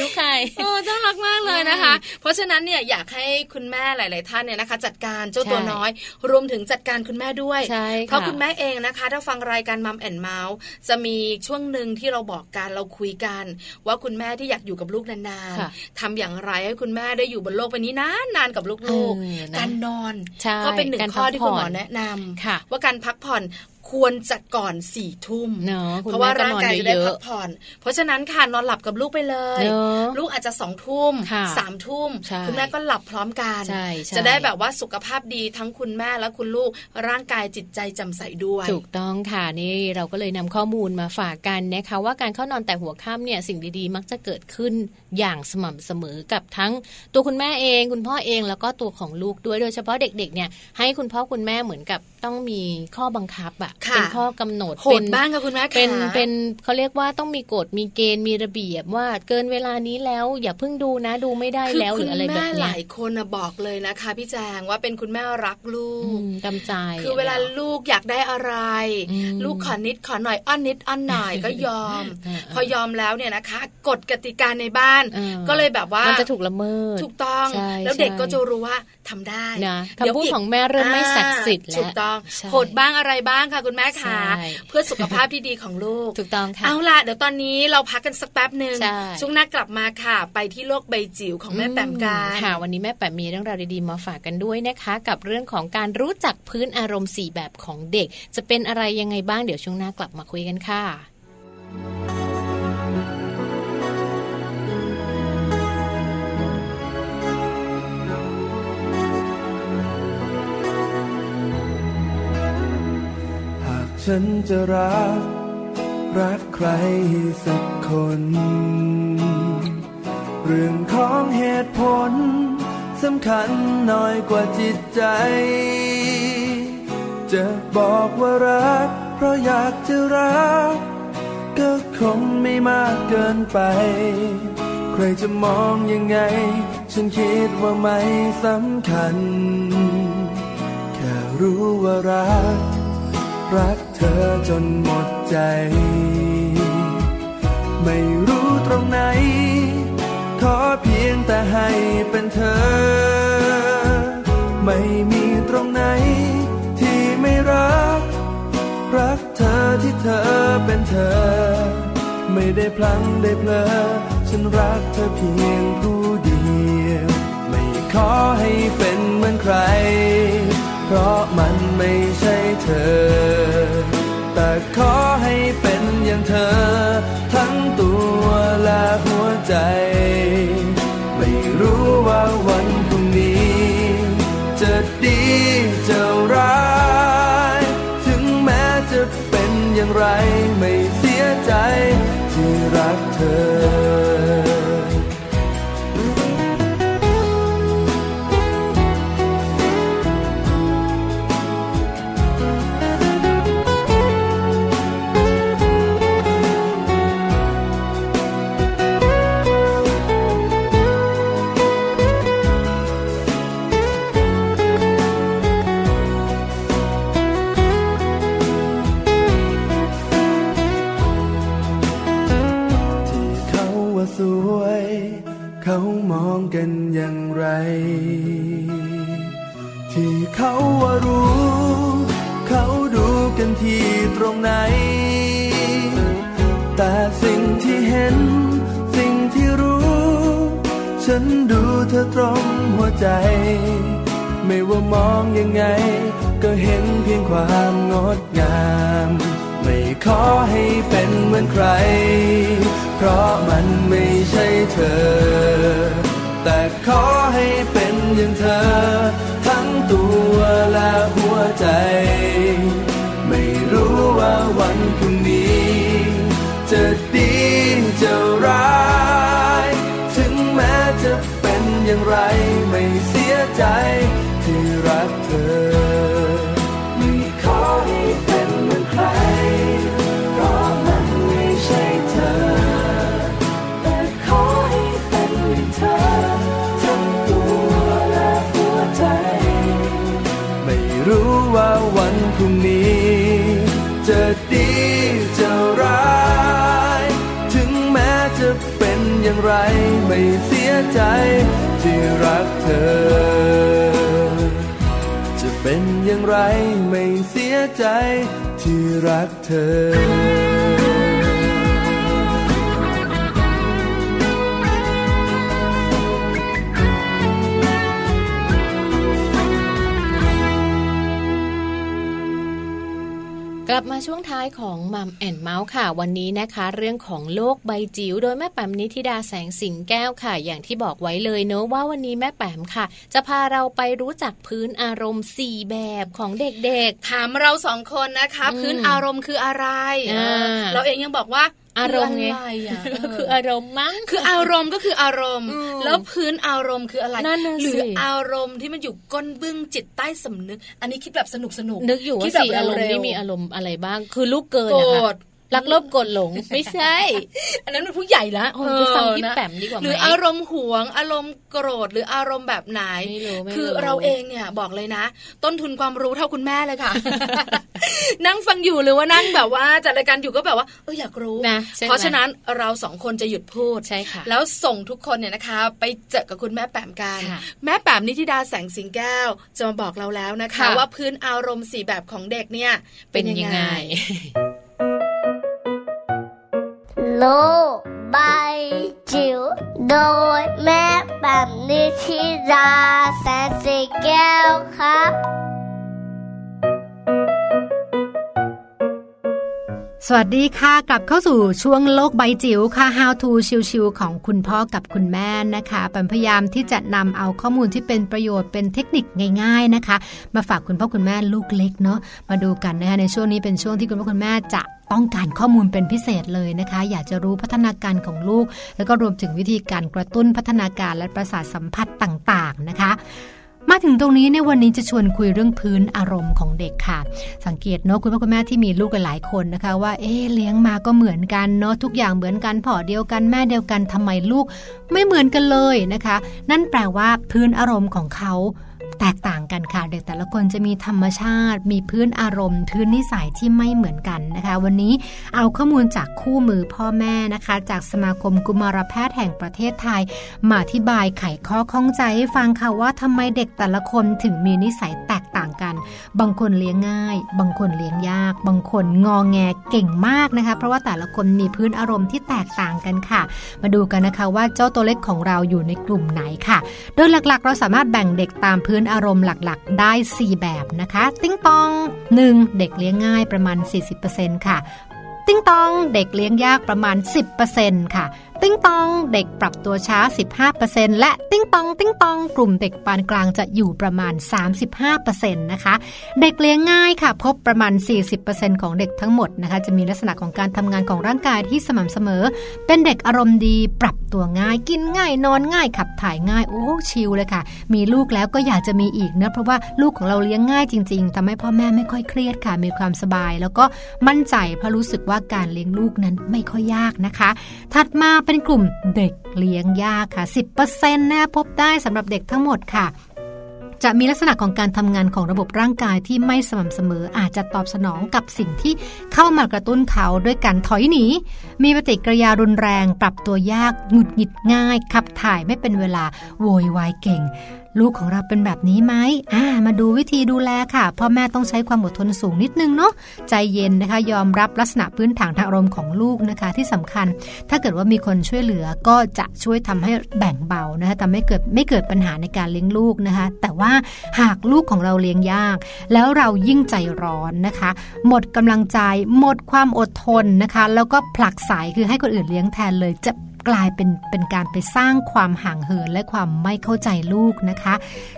ยุคใคร
เออน่ารักมากเลยนะคะ
อื
เพราะฉะนั้นเนี่ยอยากให้คุณแม่หลาย ๆ ท่านเนี่ยนะคะ จัดการเจ้าตัว
ใช่
น้อย รวมถึงจัดการคุณแม่ด้วย
ใช่
เพราะคุณแม่เองนะคะ ถ้าฟังรายการมัมแอนเมาส์จะมีช่วงหนึ่งที่เราบอกกันเราคุยกัน ว่าคุณแม่ที่อยากอยู่กับลูกนาน
ค่ะ
ๆทำอย่างไรให้คุณแม่ได้อยู่บนโลกใบนี้นานๆกับ
เอ
ลู
อก
ๆ
นะ
การนอน
ใช่
ก็เป็นหนึ่ง
การ
ข้อที่คุณหม
พักผ่
อ
อน
แนะนำ
ค่ะ
ว่าการพักผ่อนควรจะก่อนสี่ทุ่ม
เนาะคุณ
เพราะ
แม่
ว่า
ก็
ร่าง
นอน
กายจะได้
เย
พั
อะ
กผ่อน เพราะฉะนั้นค่ะนอนหลับกับลูกไปเล
ๆ
ย
เนาะ
ลูกอาจจะสองทุ่ม
ค่ะ
สามทุ่ม
ใช่
คุณแม่ก็หลับพร้อมกัน
ใช่ใช่
จะได้แบบว่าสุขภาพดีทั้งคุณแม่และคุณลูกร่างกายจิตใจแจำใสด้วย
ถูกต้องค่ะนี่เราก็เลยนำข้อมูลมาฝากกันนะคะว่าการเข้านอนแต่หัวค่ำเนี่ยสิ่งดีๆ มักจะเกิดขึ้นอย่างสม่ำเสมอกับทั้งตัวคุณแม่เอง คุณพ่อเองแล้วก็ตัวของลูกด้วยโดยเฉพาะเด็กๆเนี่ยให้คุณพ่อคุณแม่เหมือนกับต้องมีข้อบังคับอะ
ค่ะ
เป็นข้อกำหนด
โหดบ้างค่ะคุณแม่ค่ะ
เป็นเป็นเขาเรียกว่าต้องมีกฎมีเกณฑ์มีระเบียบว่าเกินเวลานี้แล้วอย่าเพิ่งดูนะดูไม่ได้
คือ
แล้วห
คุ
รือ
ณ
อะไรแบ
แม่
บ
ห
เนี้ย
ลายคนนะบอกเลยนะคะ พี่แจงว่าเป็นคุณแม่รักลู
อื
ก
มตามใจ
คือเวลาลูกอยากได้อะไร
อืม
ลูกขอนิดขอหน่อยอ้อนนิดอ้อน
*laughs*
หน่อย ก็ยอม
เออเออ
พอยอมแล้วเนี่ยนะคะกฎกติกาในบ้าน
ออ
ก็เลยแบบว่าม
นจะถูกละเมิด
ถูกต้อง
ใช่
แล้วเด็ก
ใช่
ก็จะรู้ว่าทำได้
นะ
เดี๋ยว
คำพูด
ก
ของแม่เริ่มไม่
อ่า
ศักดิ์สิทธิ์แล้ว
ถูกต้อง
ใช่
โหดบ้างอะไรบ้างค่ะคุณแม่ค่ะ
ใช่
เพื่อสุขภาพที่ดีของลูก
ถูกต้องค่ะ
เอาล่ะ เดี๋ยวตอนนี้เราพักกันสักแป๊บหนึ่ง
ใช่
ช่วงหน้ากลับมาค่ะ ไปที่โลกใบจิ๋วของแม่แปมกัน
ค่ะ วันนี้แม่แปมมีเรื่องราวดีๆมาฝากกันด้วยนะคะ กับเรื่องของการรู้จักพื้นอารมณ์สี่แบบของเด็ก จะเป็นอะไรยังไงบ้างเดี๋ยวช่วงหน้ากลับมาคุยกันค่ะ
หากฉันจะรัก รักใครสักคน เรื่องของเหตุผลสำคัญน้อยกว่าจิตใจ จะบอกว่ารัก เพราะอยากจะรัก ก็คงไม่มากเกินไป ใครจะมองยังไง ฉันคิดว่าไม่สำคัญ แค่รู้ว่ารัก รักเธอจนหมดใจ ไม่รู้ตรงไหน ขอเพียงแต่ให้เป็นเธอ ไม่มีตรงไหน ที่ไม่รัก รักเธอที่เธอเป็นเธอ ไม่ได้พลังได้เพลอ ฉันรักเธอเพียงผู้เดียว ไม่ขอให้เป็นเหมือนใคร เพราะมันไม่ใช่เธอ แต่ขอให้เป็นอย่างเธอ ทั้งตัวและหัวใจ ไม่รู้ว่าวันพรุ่งนี้ จะดีจะร้าย ถึงแม้จะเป็นอย่างไรไม่เสียใจ ที่รักเธอ ที่เขาว่าสวย เขามองกันอย่างไร ที่เขาว่ารู้ เขาดูกันที่ตรงไหน แต่สิ่งที่เห็น สิ่งที่รู้ ฉันดูเธอตรงหัวใจ ไม่ว่ามองยังไง ก็เห็นเพียงความงดงาม ไม่ขอให้เป็นเหมือนใคร เพราะมันไม่ใช่เธอ แต่ขอให้เป็นอย่างเธอ ทั้งตัวและหัวใจ ไม่รู้ว่าวันพรุ่งนี้ จะดีจะร้าย ถึงแม้จะเป็นอย่างไรไม่เสียใจที่รักเธอ ไม่ขอให้เป็นเหมือนใคร เพราะมันไม่ใช่เธอ แต่ขอให้เป็นอย่างเธอ ทั้งตัวและหัวใจ ไม่รู้ว่าวันพรุ่งนี้ จะดีจะร้าย ถึงแม้จะเป็นอย่างไรไม่เสียใจ ที่รักเธอ จะเป็นอย่างไรไม่เสียใจที่รักเธอ
กลับมาช่วงท้ายของมัมแอนเมาส์ค่ะ วันนี้นะคะ เรื่องของโลกใบจิ๋วโดยแม่แปมนิธิดาแสงสิงแก้วค่ะ อย่างที่บอกไว้เลยเนอะว่าวันนี้แม่แปมค่ะ จะพาเราไปรู้จักพื้นอารมณ์ 4 แบบของเด็ก
ถามเราสองคนนะคะ
อืม
พื้นอารมณ์คืออะไร
อ่า
เออเราเองยังบอกว่า
อารมณ์ไง
คืออะไรอะเออ
คืออารมณ์มั้ง
คืออารมณ์ก็คืออารมณ์
อืม
แล้วพื้นอารมณ์คืออะไร
นั่นน่ะสิ
หรืออารมณ์ที่มันอยู่ก้นบึ้งจิตใต้สำนึก อันนี้คิดแบบสนุกสนุก
นึกอยู่
คิ
ว่า
ดแบบ
สี่อารมณ์
เวๆ
นี่มีอารมณ์อะไรบ้าง คือลูกเกิน
โกร
นะคะ
ธ
รักลบกดหลง ไม่ใช่
อันนั้นเป็นผู้ใหญ่ละ
โอ้ไปฟังพี่
เออนะ
แปมดีกว่าไห
ห
ม
รืออารมณ์หวง อารมณ์โกรธหรืออารมณ์แบบไหน
ไม่รู้ไม่รู้
คือเราเองเนี่ยบอกเลยนะ ต้นทุนความรู้เท่าคุณแม่เลยค่ะ *laughs* นั่งฟังอยู่หรือว่านั่งแบบว่าจัดรายการอยู่ก็แบบว่าเอออยากรู้
นะใช่ไหม
เพราะฉะนั้นเราสองคนจะหยุดพูด
ใช่ค่ะ
แล้วส่งทุกคนเนี่ยนะคะ ไปเจอกับคุณแม่แปมกัน
ค่ะ
แม่แปมนิติดาแสงสิงแก้ว จะมาบอกเราแล้วนะคะ
ค่ะ
ว่าพื้นอารมณ์สี่แบบของเด็กเนี่ย
เป็นยังไง
โลกใบจิ๋วโดยแม่แบบนิชิราแสนสีแก้วครับ
สวัสดีค่ะ กลับเข้าสู่ช่วงโลกใบจิ๋วค่ะ How to ชิวๆของคุณพ่อกับคุณแม่นะคะปันพยายามที่จะนำเอาข้อมูลที่เป็นประโยชน์เป็นเทคนิคง่าย ๆนะคะ มาฝากคุณพ่อคุณแม่ลูกเล็กเนาะมาดูกันนะคะในช่วงนี้เป็นช่วงที่คุณพ่อคุณแม่จะต้องการข้อมูลเป็นพิเศษเลยนะคะ อยากจะรู้พัฒนาการของลูก แล้วก็รวมถึงวิธีการกระตุ้นพัฒนาการและประสาทสัมผัสต่างๆนะคะ มาถึงตรงนี้ในยวันนี้จะชวนคุยเรื่องพื้นอารมณ์ของเด็กค่ะ สังเกตเนาะคุณพ่อคุณแม่ที่มีลูกกันหลายคนนะคะ ว่าเอ๊ะเลี้ยงมาก็เหมือนกันเนาะทุกอย่างเหมือนกันพ่อเดียวกันแม่เดียวกันทำไมลูกไม่เหมือนกันเลยนะคะ นั่นแปลว่าพื้นอารมณ์ของเขาแตกต่างกันค่ะ เด็กแต่ละคนจะมีธรรมชาติ มีพื้นอารมณ์ พื้นนิสัยที่ไม่เหมือนกันนะคะ วันนี้เอาข้อมูลจากคู่มือพ่อแม่นะคะ จากสมาคมกุมารแพทย์แห่งประเทศไทย มาอธิบายไขข้อข้องใจให้ฟังค่ะว่าทำไมเด็กแต่ละคนถึงมีนิสัยแตกต่างกัน บางคนเลี้ยงง่าย บางคนเลี้ยงยาก บางคนงองแงเก่งมากนะคะ เพราะว่าแต่ละคนมีพื้นอารมณ์ที่แตกต่างกันค่ะ มาดูกันนะคะว่าเจ้าตัวเล็กของเราอยู่ในกลุ่มไหนค่ะ โดยหลักๆ เราสามารถแบ่งเด็กตามพื้นอารมณ์หลักๆ ได้ 4 แบบนะคะ ติ้งตอง 1. เด็กเลี้ยงง่ายประมาณ 40%ค่ะ ติ้งตอง เด็กเลี้ยงยากประมาณ 10%ค่ะ ติ้งตอง เด็กปรับตัวช้า 15%และติ้งตอง ติ้งตอง กลุ่มเด็กปานกลางจะอยู่ประมาณ 35%นะคะ เด็กเลี้ยงง่ายค่ะ พบประมาณ 40%ของเด็กทั้งหมดนะคะ จะมีลักษณะของการทำงานของร่างกายที่สม่ำเสมอ เป็นเด็กอารมณ์ดี ปรับตัวง่าย กินง่าย นอนง่าย ขับถ่ายง่าย โอ้ ชิลเลยค่ะ มีลูกแล้วก็อยากจะมีอีกนะ เพราะว่าลูกของเราเลี้ยงง่ายจริง ๆ ทำให้พ่อแม่ไม่ค่อยเครียดค่ะ มีความสบาย แล้วก็มั่นใจ เพราะรู้สึกว่าการเลี้ยงลูกนั้นไม่ค่อยยากนะคะ ถัดมาเป็นกลุ่มเด็กเลี้ยงยากค่ะ 10%นะพบได้สำหรับเด็กทั้งหมดค่ะ จะมีลักษณะของการทำงานของระบบร่างกายที่ไม่สม่ำเสมออาจจะตอบสนองกับสิ่งที่เข้ามากระตุ้นเขาด้วยการถอยหนี มีปฏิกิริยารุนแรง ปรับตัวยากหงุดหงิดง่าย ขับถ่ายไม่เป็นเวลาโวยวายเก่ง ลูกของเราเป็นแบบนี้ไหมอ่ามาดูวิธีดูแลค่ะพ่อแม่ต้องใช้ความอดทนสูงนิดนึงเนาะใจเย็นนะคะ ยอมรับลักษณะพื้นฐานทางอารมณ์ของลูกนะคะ ที่สำคัญ ถ้าเกิดว่ามีคนช่วยเหลือก็จะช่วยทำให้แบ่งเบานะคะทำให้เกิดไม่เกิดปัญหาในการเลี้ยงลูกนะคะ แต่ว่าหากลูกของเราเลี้ยงยาก แล้วเรายิ่งใจร้อนนะคะ หมดกำลังใจ หมดความอดทนนะคะ แล้วก็ผลักสายคือให้คนอื่นเลี้ยงแทนเลยจะกลายเป็นเป็นการไปสร้างความห่างเหินและความไม่เข้าใจลูกนะคะ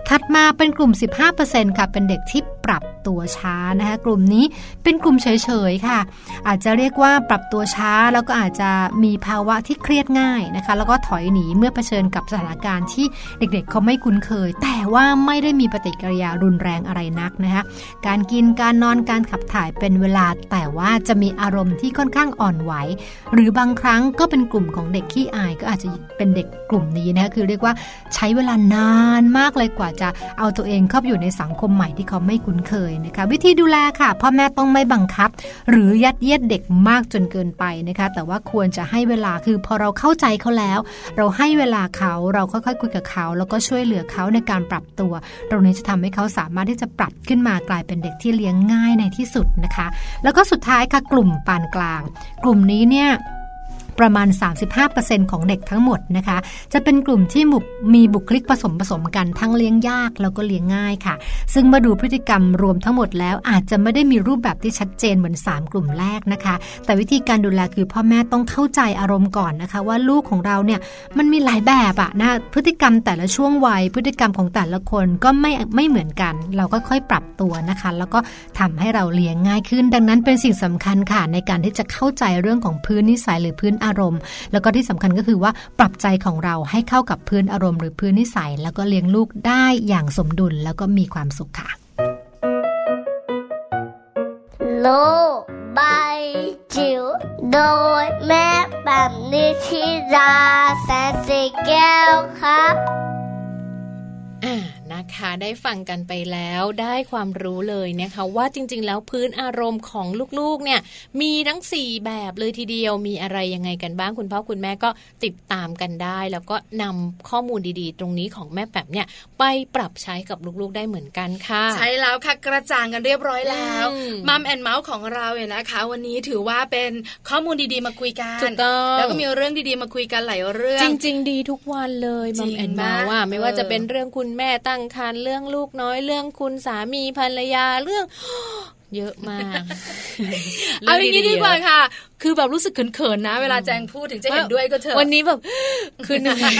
ถัดมาเป็นกลุ่ม 15%ค่ะเป็นเด็กที่ปรับตัวช้านะคะกลุ่มนี้เป็นกลุ่มเฉยๆค่ะ อาจจะเรียกว่าปรับตัวช้าแล้วก็อาจจะมีภาวะที่เครียดง่ายนะคะ แล้วก็ถอยหนีเมื่อเผชิญกับสถานการณ์ที่เด็กๆเขาไม่คุ้นเคย แต่ว่าไม่ได้มีปฏิกิริยารุนแรงอะไรนักนะคะ การกินการนอนการขับถ่ายเป็นเวลา แต่ว่าจะมีอารมณ์ที่ค่อนข้างอ่อนไหว หรือบางครั้งก็เป็นกลุ่มของเด็กขี้อายก็อาจจะเป็นเด็กกลุ่มนี้นะคะคือเรียกว่าใช้เวลานานมากเลยกว่าจะเอาตัวเองเข้าไปอยู่ในสังคมใหม่ที่เขาไม่คุ้นเคย นะคะ วิธีดูแลค่ะ พ่อแม่ต้องไม่บังคับ หรือยัดเยียดเด็กมากจนเกินไปนะคะ แต่ว่าควรจะให้เวลาคือพอเราเข้าใจเขาแล้ว เราให้เวลาเขาเราค่อยๆคุยกับเขา แล้วก็ช่วยเหลือเขาในการปรับตัว ตรงนี้จะทำให้เขาสามารถที่จะปรับขึ้นมากลายเป็นเด็กที่เลี้ยงง่ายในที่สุดนะคะ แล้วก็สุดท้ายค่ะกลุ่มปานกลาง กลุ่มนี้เนี่ยประมาณ 35%ของเด็กทั้งหมดนะคะ จะเป็นกลุ่มที่มุมีบุคลิกผสมผสมกันทั้งเลี้ยงยากแล้วก็เลี้ยงง่ายค่ะ ซึ่งมาดูพฤติกรรมรวมทั้งหมดแล้วอาจจะไม่ได้มีรูปแบบที่ชัดเจนเหมือน 3 กลุ่มแรกนะคะ แต่วิธีการดูแลคือพ่อแม่ต้องเข้าใจอารมณ์ก่อนนะคะ ว่าลูกของเราเนี่ยมันมีหลายแบบอะนะพฤติกรรมแต่ละช่วงวัย พฤติกรรมของแต่ละคนก็ไม่ไม่เหมือนกัน เราก็ค่อยปรับตัวนะคะ แล้วก็ทำให้เราเลี้ยงง่ายขึ้น ดังนั้นเป็นสิ่งสำคัญค่ะ ในการที่จะเข้าใจเรื่องของพื้นนิสัยหรือพื้นอารมณ์ แล้วก็ที่สำคัญก็คือว่าปรับใจของเราให้เข้ากับพื้นอารมณ์หรือพื้นนิสัย แล้วก็เลี้ยงลูกได้อย่างสมดุลแล้วก็มีความสุขค่ะ
โลกใบจิ๋วโดยแม่แบบนิชิราแสนสีแก้วครับ
อ่านะคะได้ฟังกันไปแล้วได้ความรู้เลยนะคะ ว่าจริงๆ แล้วพื้นอารมณ์ของลูกๆเนี่ยมีทั้ง 4 แบบเลยทีเดียวมีอะไรยังไงกันบ้างคุณพ่อคุณแม่ก็ติดตามกันได้ แล้วก็นำข้อมูลดีๆ ตรงนี้ของแม่แบบเนี่ยไปปรับใช้กับลูกๆได้เหมือนกันค่ะ
ใช่แล้วค่ะกระจ่างกันเรียบร้อยแล้ว
อืม
มัมแอนเมาส์ของเราเนี่ยนะคะ วันนี้ถือว่าเป็นข้อมูลดีๆมาคุยกัน
ถูกต้อง
แล้วก็มีเรื่องดีๆมาคุยกันหลายเรื่อง
จริง ๆ ดีทุกวันเลย
จ
มั
ริ
ม
ง
แอนเมา
นะ
ว่าไม่ว่า
เออ
จะเป็นเรื่องคุณแม่ตั้งครรภ์เรื่องลูกน้อยเรื่องคุณสามีภรรยาเรื่อง *gasps* เยอะมาก
*laughs* เอาอย่างนี้ดี
เรื่ๆ
กว่าค่ะ คือแบบรู้สึกเขินๆนะ เวลาแจงพูดถึงจะเห็นด้วยก็เถอะ
วันนี้แบบ คือเหนื่อย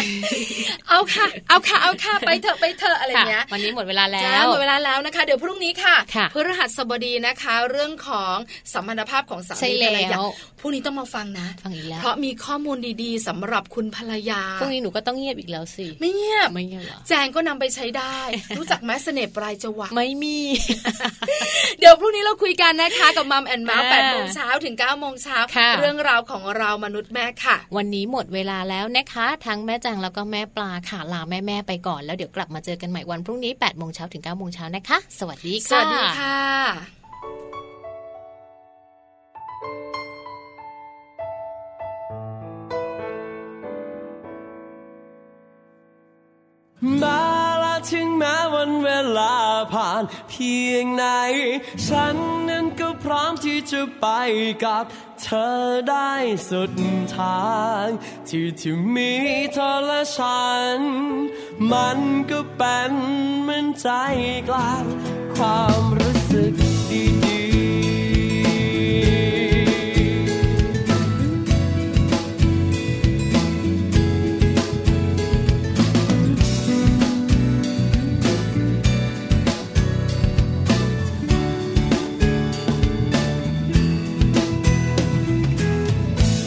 เอาค่ะ เอาค่ะ เอาค่ะ ไปเถอะไปเถอะอะไรอย่างเงี้ย
ค่ะวันนี้หมดเวลาแล้
จ้าว หมดเวลาแล้วนะคะ เดี๋ยวพรุ่งนี้ค่ะ
ค่ะ
พฤหัสบดีนะคะ เรื่องของสัมพันธภาพของสา
ใช่
มี
แล้ว
ภรรยาพรุ่งนี้ต้องมาฟังนะ
ฟังอีกแล้ว
เพราะมีข้อมูลดีๆสำหรับคุณภรรยา
พรุ่งนี้หนูก็ต้องเงียบอีกแล้วสิ
ไม่เงียบ
ไม่เงียบเหรอ
แจงก็นำไปใช้ได้ รู้จักไหมเสน่ห์ปลายจวัก
ไม่มี
*laughs* เดี๋ยวพรุ่งนี้เราคุยกันนะคะกับมัมแอนมา
อ่า
แปดโมงเช้าถึง9ก้าโมงเช้า
ค่ะ
เรื่องราวของเรามนุษย์แม่ค่ะ
วันนี้หมดเวลาแล้วนะคะ ทั้งแม่จังแล้วก็แม่ปลาค่ะลาแม่แม่ๆไปก่อนแล้วเดี๋ยวกลับมาเจอกันใหม่วันพรุ่งนี้8ปดโมงเช้าถึง9ก้าโมงเช้านะคะ สวัสดี
ส
ค่ะ
วัสดีค่ะ
มาและถึงแม้วันเวลาผ่านเพียงไหน ฉันนั้นก็พร้อมที่จะไปกับเธอได้สุดทาง ที่ที่มีเธอและฉัน มันก็เป็นเหมือนใจกลางความรู้สึกดีๆ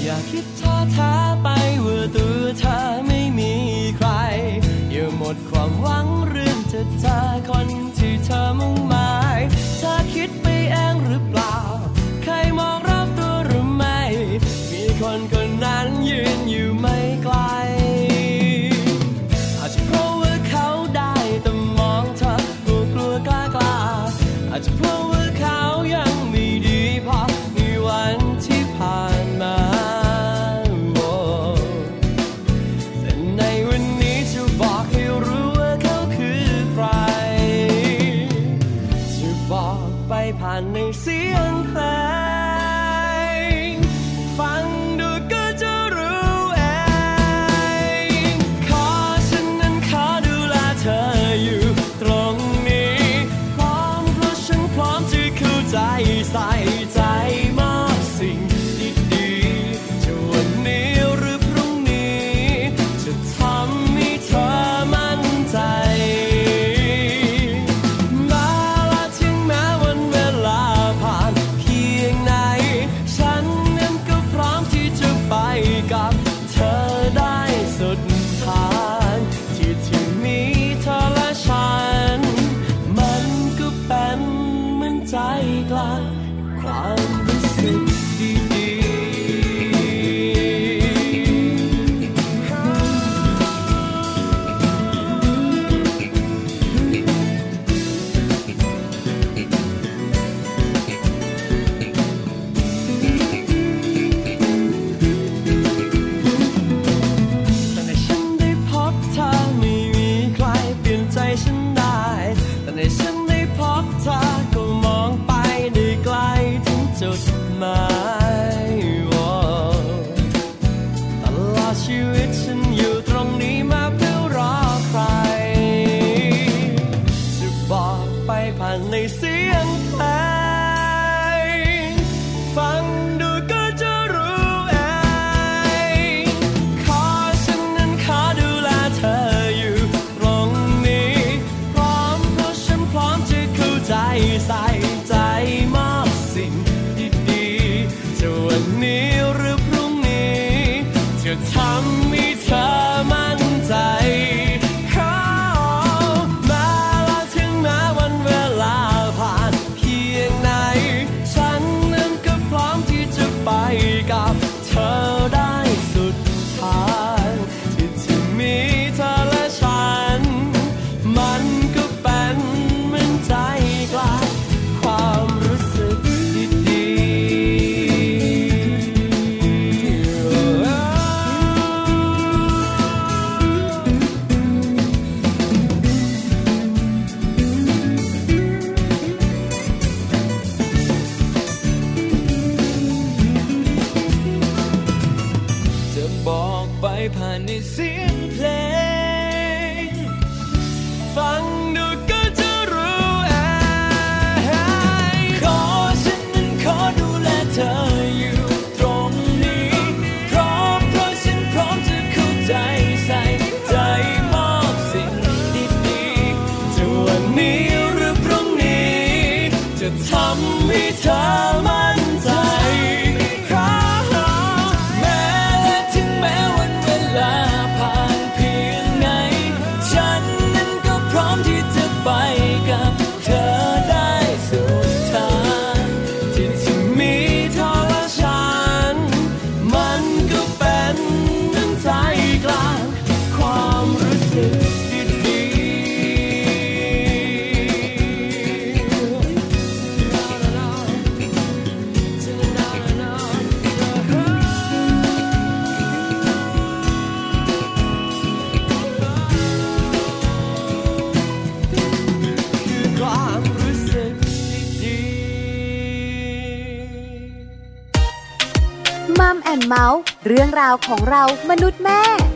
อย่าคิดท้อแท้ไปว่าตัวเธอไม่มีใคร อย่าหมดความหวังเรื่องจะเจอคนที่เธอมุ่งหมายเธอคิดไปเองหรือเปล่า ใครมองรอบตัวหรือไม่ มีคนคนนั้นยืนอยู่ไม่ไกล อาจจะเพราะว่าเขาได้แต่มองเธอกลัวกลัวกล้ากล้าอาจจะเพราะว่าเขายังไม่ดีพอในวันที่ผ่านมาโอ้แต่ในวันนี้จะบอกให้รู้ว่าเขาคือใคร จะบอกไปผ่านในเสียงเพลงฟังดูก็จะรู้เอง ขอฉันนั้นขอดูแลเธออยู่ตรงนี้ พร้อมเพราะฉันพร้อมจะเข้าใจใส่ใจมอบสิ่งดีๆจะวันนี้หรือพรุ่งนี้ จะทำให้เธอมั่นใจ มาและถึงแม้วันเวลาผ่าน
and Mouse เรื่องราวของเรามนุษย์แม่